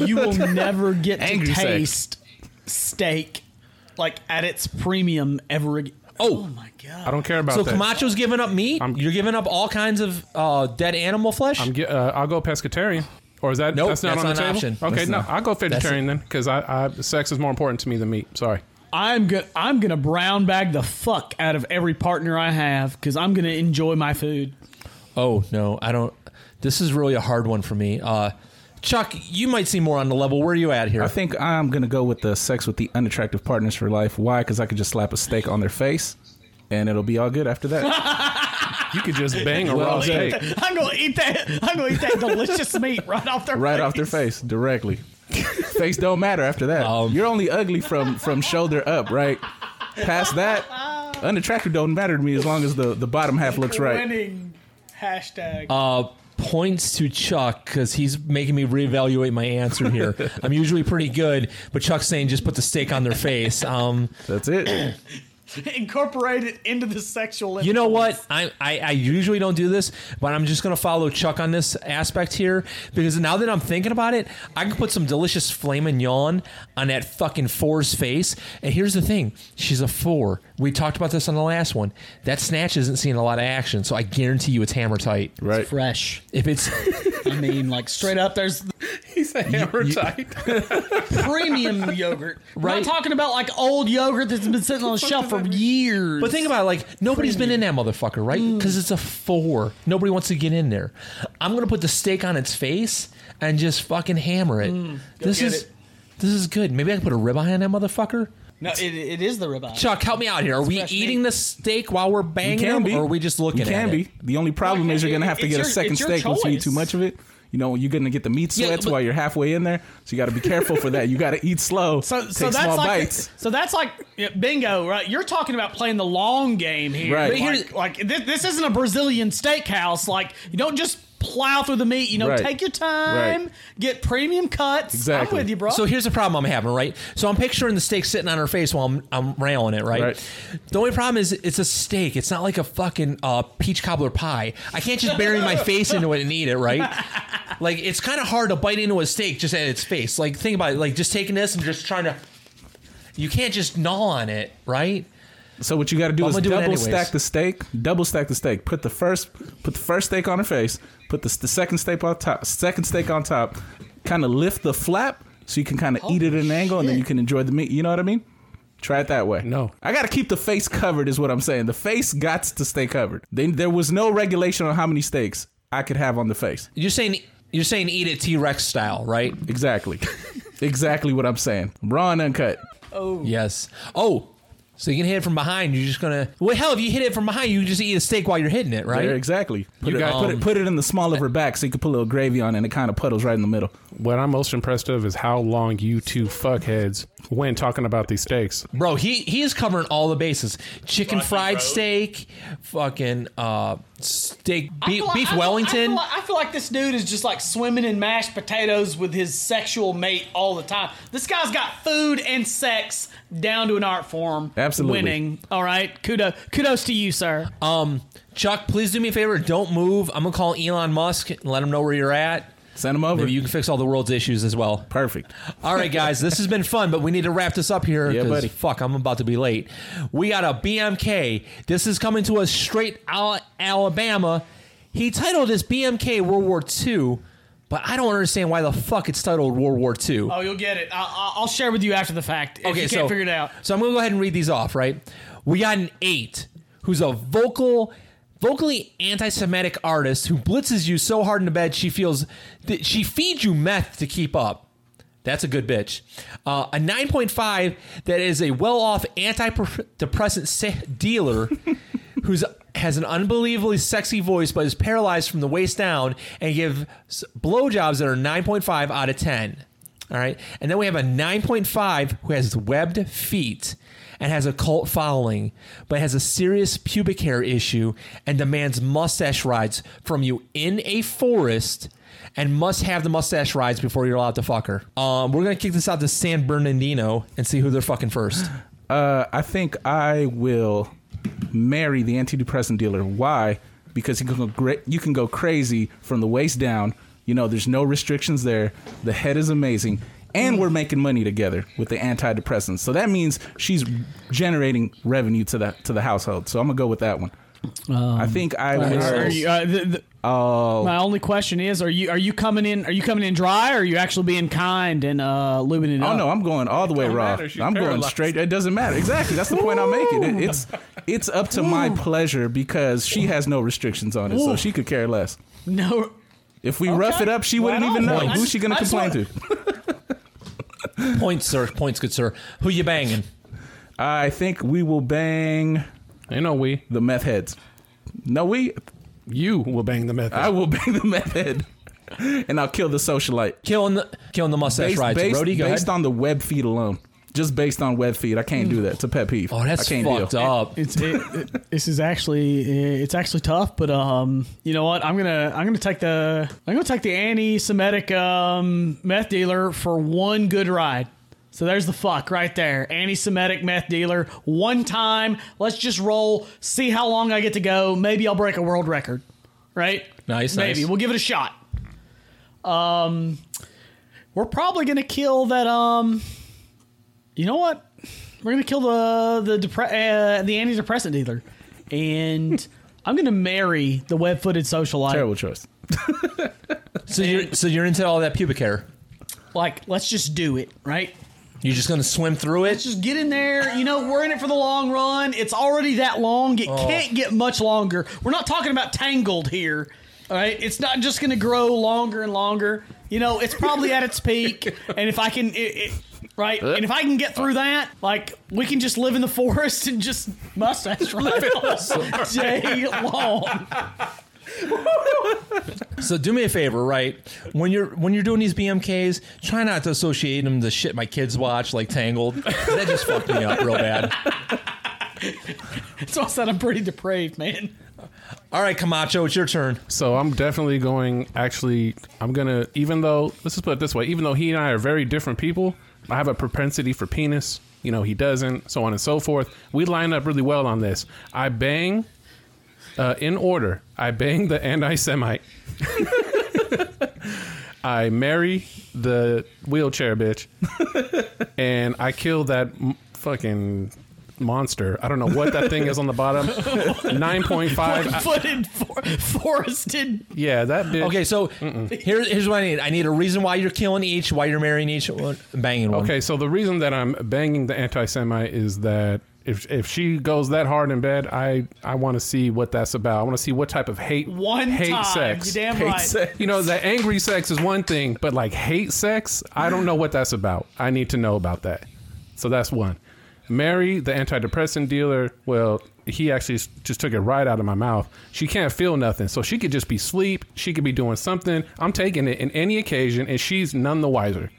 Speaker 8: you will never get to
Speaker 3: Angry sex.
Speaker 8: taste steak like at its premium ever again.
Speaker 6: Oh.
Speaker 8: my god!
Speaker 4: I don't care about
Speaker 6: So
Speaker 4: that.
Speaker 6: Camacho's giving up meat.
Speaker 4: I'm-
Speaker 6: You're giving up all kinds of uh, dead animal flesh.
Speaker 4: I'm ge- uh, I'll go pescatarian. Or is that
Speaker 6: Nope,
Speaker 4: that's not
Speaker 6: that's
Speaker 4: on the
Speaker 6: not an
Speaker 4: table?
Speaker 6: option.
Speaker 4: Okay,
Speaker 6: That's
Speaker 4: no,
Speaker 6: not-
Speaker 4: I'll go vegetarian then because I, I sex is more important to me than meat. Sorry.
Speaker 8: I'm gonna I'm gonna brown bag the fuck out of every partner I have because I'm gonna enjoy my food.
Speaker 6: Oh no, I don't. This is really a hard one for me. Uh, Chuck, you might see more on the level. Where are you at here?
Speaker 3: I think I'm gonna go with the sex with the unattractive partners for life. Why? Because I could just slap a steak on their face, and it'll be all good after that.
Speaker 4: You could just bang a raw
Speaker 3: Well,
Speaker 4: steak.
Speaker 8: I'm gonna eat that. I'm gonna eat that delicious meat right off their
Speaker 3: right off their face directly. face don't matter after that. You're only ugly from from shoulder up, right? Past that, unattractive don't matter to me as long as the the bottom half looks right.
Speaker 8: Winning hashtag.
Speaker 6: uh, points to Chuck because he's making me reevaluate my answer here. I'm usually pretty good, but Chuck's saying just put the steak on their face. Um,
Speaker 3: That's it.
Speaker 8: Incorporate it into the sexual.
Speaker 6: You know what? I, I I usually don't do this, but I'm just gonna follow Chuck on this aspect here because now that I'm thinking about it, I can put some delicious flame and yawn on that fucking four's face. And here's the thing: she's a four. We talked about this on the last one. That snatch isn't seeing a lot of action, so I guarantee you it's hammer tight.
Speaker 18: Right.
Speaker 8: fresh.
Speaker 6: If it's
Speaker 8: I mean, like straight up, there's
Speaker 4: He's a hammer tight.
Speaker 8: premium yogurt. Right.
Speaker 6: Right.
Speaker 8: Not talking about like old yogurt that's been sitting on the shelf for years.
Speaker 6: But think about it, like nobody's been in that motherfucker, right?
Speaker 8: Mm.
Speaker 6: Because it's a four. Nobody wants to get in there. I'm gonna put the steak on its face and just fucking hammer it. this
Speaker 8: Mm. get
Speaker 6: is
Speaker 8: it.
Speaker 6: this is good. Maybe I can put a ribeye on that motherfucker.
Speaker 8: No, it, it is the ribeye.
Speaker 6: Chuck, help me out here. Are we
Speaker 8: fresh
Speaker 6: eating the steak while we're banging
Speaker 3: You can
Speaker 6: them,
Speaker 3: be.
Speaker 6: or are we just looking
Speaker 3: You can
Speaker 6: at
Speaker 3: be.
Speaker 6: it?
Speaker 3: The only problem is you're gonna have to
Speaker 8: It's
Speaker 3: get a
Speaker 8: your-
Speaker 3: second
Speaker 8: it's your
Speaker 3: steak once you eat
Speaker 8: choice.
Speaker 3: too much of it. You know you're gonna get the meat
Speaker 6: Yeah,
Speaker 3: sweats
Speaker 6: but-
Speaker 3: while you're halfway in there, so you got to be careful for that. You got to eat slow,
Speaker 8: So,
Speaker 3: take
Speaker 8: so that's
Speaker 3: small
Speaker 8: like
Speaker 3: bites.
Speaker 8: so that's like yeah, bingo, right? You're talking about playing the long game here.
Speaker 3: Right. But
Speaker 8: Like,
Speaker 3: here's-
Speaker 8: like this, this isn't a Brazilian steakhouse. Like you don't just plow through the meat. You know,
Speaker 3: Right.
Speaker 8: take your time,
Speaker 3: Right.
Speaker 8: get premium cuts.
Speaker 3: Exactly.
Speaker 8: I'm with you, bro.
Speaker 6: So here's the problem I'm having, right? So I'm picturing the steak sitting on her face while I'm, I'm railing it, right?
Speaker 3: Right.
Speaker 6: The only problem is it's a steak. It's not like a fucking uh, peach cobbler pie. I can't just bury my face into it and eat it, right? Like it's kind of hard to bite into a steak just at its face. Like think about it, like just taking this and just trying to. You can't just gnaw on it, right?
Speaker 3: So what you got to do
Speaker 6: But
Speaker 3: is
Speaker 6: I'm gonna do it
Speaker 3: double
Speaker 6: anyways.
Speaker 3: stack the steak. Double stack the steak. Put the first, put the first steak on her face. Put the, the second steak on top. Second steak on top. Kind of lift the flap so you can kind of eat it at an angle, and then you can enjoy the meat. You know what I mean? Try it that way.
Speaker 4: No.
Speaker 3: I got to keep the face covered. Is what I'm saying. The face got to stay covered. They, there was no regulation on how many steaks I could have on the face.
Speaker 6: You're saying you're saying eat it T Rex style, right?
Speaker 3: Exactly. exactly what I'm saying. Raw and uncut.
Speaker 6: Yes. Oh, so you can hit it from behind. You're just gonna. Well, hell, if you hit it from behind, you just eat a steak while you're hitting it, right?
Speaker 3: There, exactly. Put,
Speaker 4: You
Speaker 3: it,
Speaker 4: got-
Speaker 3: put it put it in the small of her back so you can put a little gravy on it and it kind of puddles right in the middle.
Speaker 4: What I'm most impressed of is how long you two fuckheads went talking about these steaks.
Speaker 6: Bro, he he is covering all the bases: chicken
Speaker 19: Rocky
Speaker 6: fried
Speaker 19: Road.
Speaker 6: steak, fucking uh, steak,
Speaker 8: I
Speaker 6: beef,
Speaker 8: feel like- I
Speaker 6: beef
Speaker 8: feel- I
Speaker 6: Wellington.
Speaker 8: feel, like, I feel like this dude is just like swimming in mashed potatoes with his sexual mate all the time. This guy's got food and sex down to an art form.
Speaker 3: Absolutely.
Speaker 8: winning. All right, kudos, kudos to you, sir.
Speaker 6: um, Chuck, please do me a favor. Don't move. I'm gonna call Elon Musk and let him know where you're at.
Speaker 3: Send them over.
Speaker 6: Maybe you can fix all the world's issues as well.
Speaker 3: Perfect.
Speaker 6: All right, guys, this has been fun, but we need to wrap this up here.
Speaker 3: Yeah,
Speaker 6: 'cause
Speaker 3: buddy.
Speaker 6: Fuck, I'm about to be late. We got a BMK. This is coming to us straight out Alabama. He titled this BMK World War II, but I don't understand why the fuck it's titled World War II.
Speaker 8: Oh, you'll get it. I, I'll share with you after the fact. If you can't figure it out.
Speaker 6: So I'm gonna go ahead and read these off, right? We got an eight who's a vocal vocally anti-Semitic artist who blitzes you so hard in the bed she feels that she feeds you meth to keep up. That's a good bitch. Uh, a 9.5 that is a well-off antidepressant sa- dealer who's has an unbelievably sexy voice but is paralyzed from the waist down and give s- blowjobs that are 9.5 out of 10. All right. And then we have a 9.5 who has webbed feet and has a cult following, but has a serious pubic hair issue and demands mustache rides from you in a forest and must have the mustache rides before you're allowed to fuck her. Um, we're going to kick this out to San Bernardino and see who they're fucking first.
Speaker 3: Uh, I think I will marry the antidepressant dealer. Why? Because you can go gra- you can go crazy from the waist down. You know, there's no restrictions there. The head is amazing, and we're making money together with the antidepressants. So that means she's generating revenue to the to the household. So I'm gonna go with that one. I think I
Speaker 8: Are
Speaker 3: will.
Speaker 8: you, uh, th- th- my only question is: Are you are you coming in? Are you coming in dry, or are you actually being kind and uh, lubing it
Speaker 3: Oh
Speaker 8: up?
Speaker 3: no, I'm going all the way raw.
Speaker 4: matter, she's
Speaker 3: I'm going
Speaker 4: paralyzed.
Speaker 3: straight. It doesn't matter. Exactly. That's the point I'm making. It- it's it's up to my pleasure because she has no restrictions on it, so she could care less.
Speaker 8: no.
Speaker 3: If we rough it up, she wouldn't
Speaker 8: Right
Speaker 3: even know.
Speaker 8: on.
Speaker 3: Who's she gonna
Speaker 8: I just
Speaker 3: complain
Speaker 8: wanna-
Speaker 3: to?
Speaker 6: Points, sir. Points, good sir. Who you banging?
Speaker 3: I think we will bang
Speaker 4: You know, we,
Speaker 3: the meth heads. No, we.
Speaker 4: you will bang the meth.
Speaker 3: I will bang the meth head, and I'll kill the socialite.
Speaker 6: Killing the killing the mustache rides.
Speaker 3: based,
Speaker 6: Brody, go
Speaker 3: based
Speaker 6: ahead.
Speaker 3: on the web feed alone. Just based on web feed, I can't do that. It's a pet peeve.
Speaker 6: oh, that's
Speaker 3: I can't
Speaker 6: fucked
Speaker 3: deal.
Speaker 6: up.
Speaker 8: It's it, it- this is actually eh, it's actually tough, but um, you know what? I'm gonna I'm gonna take the I'm gonna take the anti-Semitic um meth dealer for one good ride. So there's the fuck right there. Anti Semitic meth dealer. One time. Let's just roll, see how long I get to go. Maybe I'll break a world record. Right?
Speaker 6: Nice,
Speaker 8: Maybe.
Speaker 6: nice.
Speaker 8: We'll give it a shot. Um, we're probably going to kill that. Um, you know what? We're going to kill the the depre- uh, the antidepressant dealer. And I'm going to marry the web footed socialite.
Speaker 3: Terrible choice.
Speaker 6: So you're so you're into all that pubic hair.
Speaker 8: Like, let's just do it, right?
Speaker 6: You're just gonna swim through it.
Speaker 8: Let's just get in there. You know, we're in it for the long run. It's already that long. It
Speaker 6: Oh.
Speaker 8: can't get much longer. We're not talking about tangled here. All right. It's not just going to grow longer and longer. You know, it's probably at its peak. And if I can, it, it, right? And if I can get through that, like, we can just live in the forest and just mustache ride all day long.
Speaker 6: So do me a favor, right? When you're when you're doing these BMKs, try not to associate them to shit my kids watch, like Tangled. That just fucked me up real bad.
Speaker 8: That's why I said I'm pretty depraved, man.
Speaker 6: All right, Camacho, it's your turn.
Speaker 4: So I'm definitely going. Actually, I'm gonna. Even though let's just put it this way. Even though he and I are very different people, I have a propensity for penis. You know, he doesn't. So on and so forth. We line up really well on this. I bang. Uh, in order, I bang the anti-Semite. I marry the wheelchair bitch, and I kill that m- fucking monster. I don't know what that thing is on the bottom. Nine point five.
Speaker 8: Footed, for, forested.
Speaker 4: Yeah, that bitch.
Speaker 6: Okay, so here, here's what I need. I need a reason why you're killing each, why you're marrying each, one, banging one.
Speaker 4: Okay, so the reason that I'm banging the anti Semite is that if if she goes that hard in bed, I I want to see what that's about. I want to see what type of hate
Speaker 8: One
Speaker 4: hate
Speaker 8: time.
Speaker 4: sex.
Speaker 8: You're damn
Speaker 4: Hate
Speaker 8: right.
Speaker 4: sex. You know, the angry sex is one thing, but like hate sex, I don't know what that's about. I need to know about that. So that's one. Mary, the antidepressant dealer, well, he actually s- just took it right out of my mouth. She can't feel nothing. So she could just be sleep. She could be doing something. I'm taking it in any occasion, and she's none the wiser.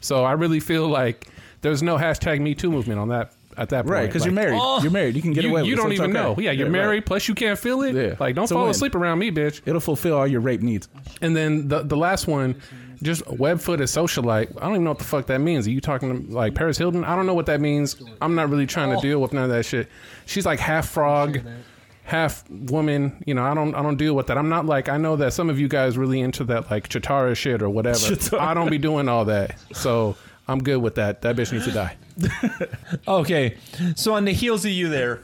Speaker 4: So I really feel like there's no hashtag Me Too movement on that at that point.
Speaker 3: Right, because you're
Speaker 4: Like,
Speaker 3: married.
Speaker 6: oh,
Speaker 3: you're married. You can get
Speaker 4: you,
Speaker 3: away with
Speaker 4: you
Speaker 3: it.
Speaker 4: don't
Speaker 3: so it's
Speaker 4: even know.
Speaker 3: okay.
Speaker 4: Yeah, you're
Speaker 3: right.
Speaker 4: married. Plus, you can't feel it.
Speaker 3: Yeah.
Speaker 4: Like, don't
Speaker 3: It's a
Speaker 4: fall
Speaker 3: win.
Speaker 4: asleep around me, bitch.
Speaker 3: It'll fulfill all your rape needs.
Speaker 4: And then the the last one, just web footed socialite. I don't even know what the fuck that means. Are you talking like Paris Hilton? I don't know what that means. I'm not really trying to deal with none of that shit. She's like half frog, half woman. You know, I don't I don't deal with that. I'm not like I know that some of you guys really into that like Chitara shit or whatever. I don't be doing all that. So I'm good with that. That bitch needs to die.
Speaker 6: Okay, so on the heels of you there,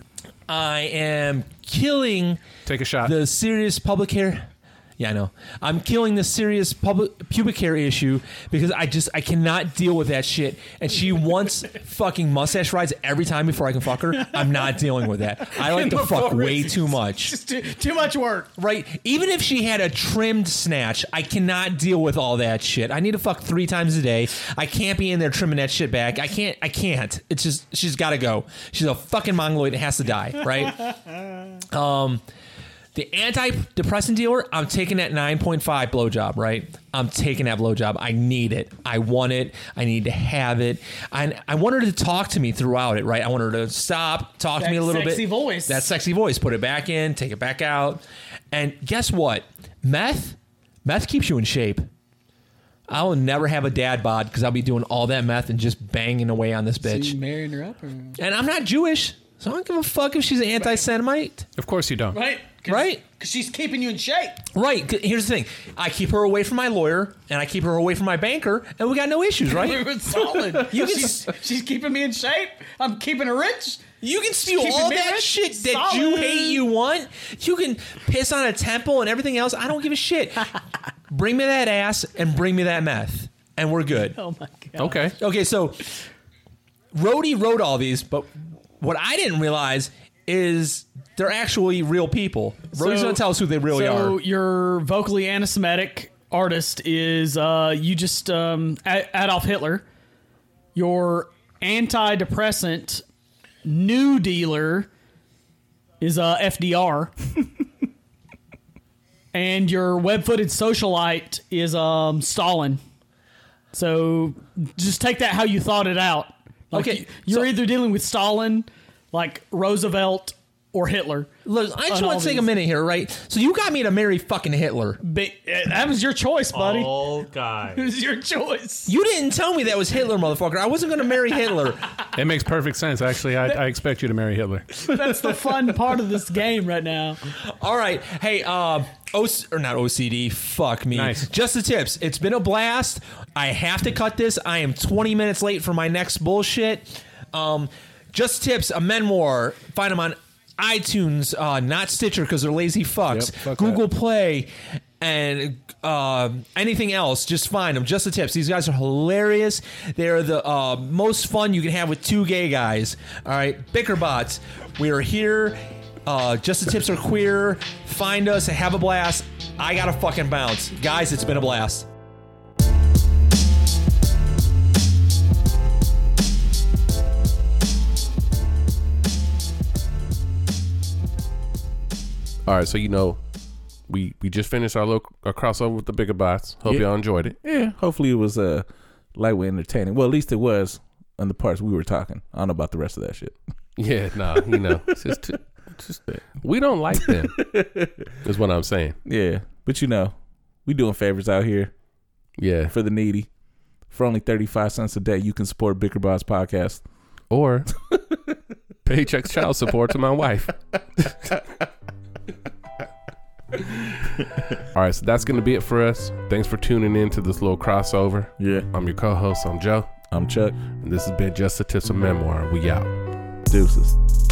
Speaker 6: I am killing
Speaker 4: Take a shot.
Speaker 6: the serious public hair. Yeah, I know. I'm killing the serious public pubic hair issue because I just I cannot deal with that shit. And she wants fucking mustache rides every time before I can fuck her. I'm not dealing with that. I like to fuck way too much.
Speaker 8: Just too, too much work.
Speaker 6: Right. Even if she had a trimmed snatch, I cannot deal with all that shit. I need to fuck three times a day. I can't be in there trimming that shit back. I can't. I can't. It's just she's got to go. She's a fucking mongoloid. It has to die. Right. um, the antidepressant dealer. I'm taking that 9.5 blowjob. Right. I'm taking that blowjob. I need it. I want it. I need to have it. I I want her to talk to me throughout it. Right. I want her to stop, talk to
Speaker 8: That
Speaker 6: me a little
Speaker 8: sexy
Speaker 6: bit.
Speaker 8: voice.
Speaker 6: That sexy voice. Put it back in, take it back out. And guess what? Meth, meth keeps you in shape. I will never have a dad bod because I'll be doing all that meth and just banging away on this bitch.
Speaker 8: marrying her up? Or?
Speaker 6: and I'm not Jewish, so I don't give a fuck if she's an anti Semite.
Speaker 4: Of course you don't.
Speaker 8: Right?
Speaker 6: Right?
Speaker 8: Because she's keeping you in shape.
Speaker 6: Right. 'cause Here's the thing I keep her away from my lawyer and I keep her away from my banker, and we got no issues, right?
Speaker 8: It's solid.
Speaker 6: You can
Speaker 8: she's, she's keeping me in shape. I'm keeping her rich.
Speaker 6: You can steal
Speaker 8: Keeping
Speaker 6: all
Speaker 8: me
Speaker 6: that
Speaker 8: rich?
Speaker 6: shit that
Speaker 8: Solid.
Speaker 6: you hate you want. You can piss on a temple and everything else. I don't give a shit. bring me that ass and bring me that meth. And we're good.
Speaker 8: Oh my god.
Speaker 4: Okay.
Speaker 6: Okay, so Rhodey wrote all these, but what I didn't realize is they're actually real people. Rhodey's
Speaker 8: So-
Speaker 6: gonna tell us who they really
Speaker 8: so
Speaker 6: are.
Speaker 8: your vocally anti-Semitic artist is uh, you just um, A- Adolf Hitler. Your antidepressant new dealer is uh, FDR. and your web-footed socialite is um, Stalin. So just take that how you thought it out. Like,
Speaker 6: Okay,
Speaker 8: you're
Speaker 6: so-
Speaker 8: either dealing with Stalin, like Roosevelt, or Hitler.
Speaker 6: Look, I just
Speaker 8: on
Speaker 6: want
Speaker 8: all
Speaker 6: to take a
Speaker 8: these.
Speaker 6: minute here, right? So you got me to marry fucking Hitler.
Speaker 8: Ba- eh, that was your choice, buddy.
Speaker 11: All guys.
Speaker 8: It was your choice.
Speaker 6: You didn't tell me that was Hitler, motherfucker. I wasn't going to marry Hitler.
Speaker 20: It makes perfect sense. Actually, I, I expect you to marry Hitler.
Speaker 8: That's the fun part of this game right now.
Speaker 6: All right. Hey, uh, o- or not OCD. Fuck me.
Speaker 20: Nice.
Speaker 6: Just the tips. It's been a blast. I have to cut this. I am 20 minutes late for my next bullshit. Um, just tips. A memoir. Find them on iTunes, uh, not Stitcher, because they're lazy fucks.
Speaker 21: Yep, fuck
Speaker 6: Google Play. And uh, anything else, just find them. Just the tips. These guys are hilarious. They are the uh, most fun you can have with two gay guys. All right, Bickerbots, we are here. Uh, just the tips are queer. Find us and have a blast. I gotta fucking bounce. Guys, it's been a blast.
Speaker 4: All right, so you know, we we just finished our local our crossover with the bigger bots. Hope
Speaker 3: Yeah.
Speaker 4: y'all enjoyed it.
Speaker 3: Yeah, hopefully it was uh, lightweight entertaining. Well, at least it was on the parts we were talking. I don't know about the rest of that shit.
Speaker 4: Yeah, nah, you know, it's just, too, it's just we don't like them. is what I'm saying.
Speaker 3: Yeah, but you know, we doing favors out here
Speaker 4: Yeah,
Speaker 3: for the needy. For only thirty five cents a day, you can support Bicker Boss Podcast.
Speaker 4: or paycheck child support to my wife. All right, so that's gonna be it for us. Thanks for tuning in to this little crossover.
Speaker 3: Yeah,
Speaker 4: I'm your co-host. I'm Joe,
Speaker 3: I'm Chuck.
Speaker 4: and this has been Just the Tips of Memoir. We out.
Speaker 3: Deuces.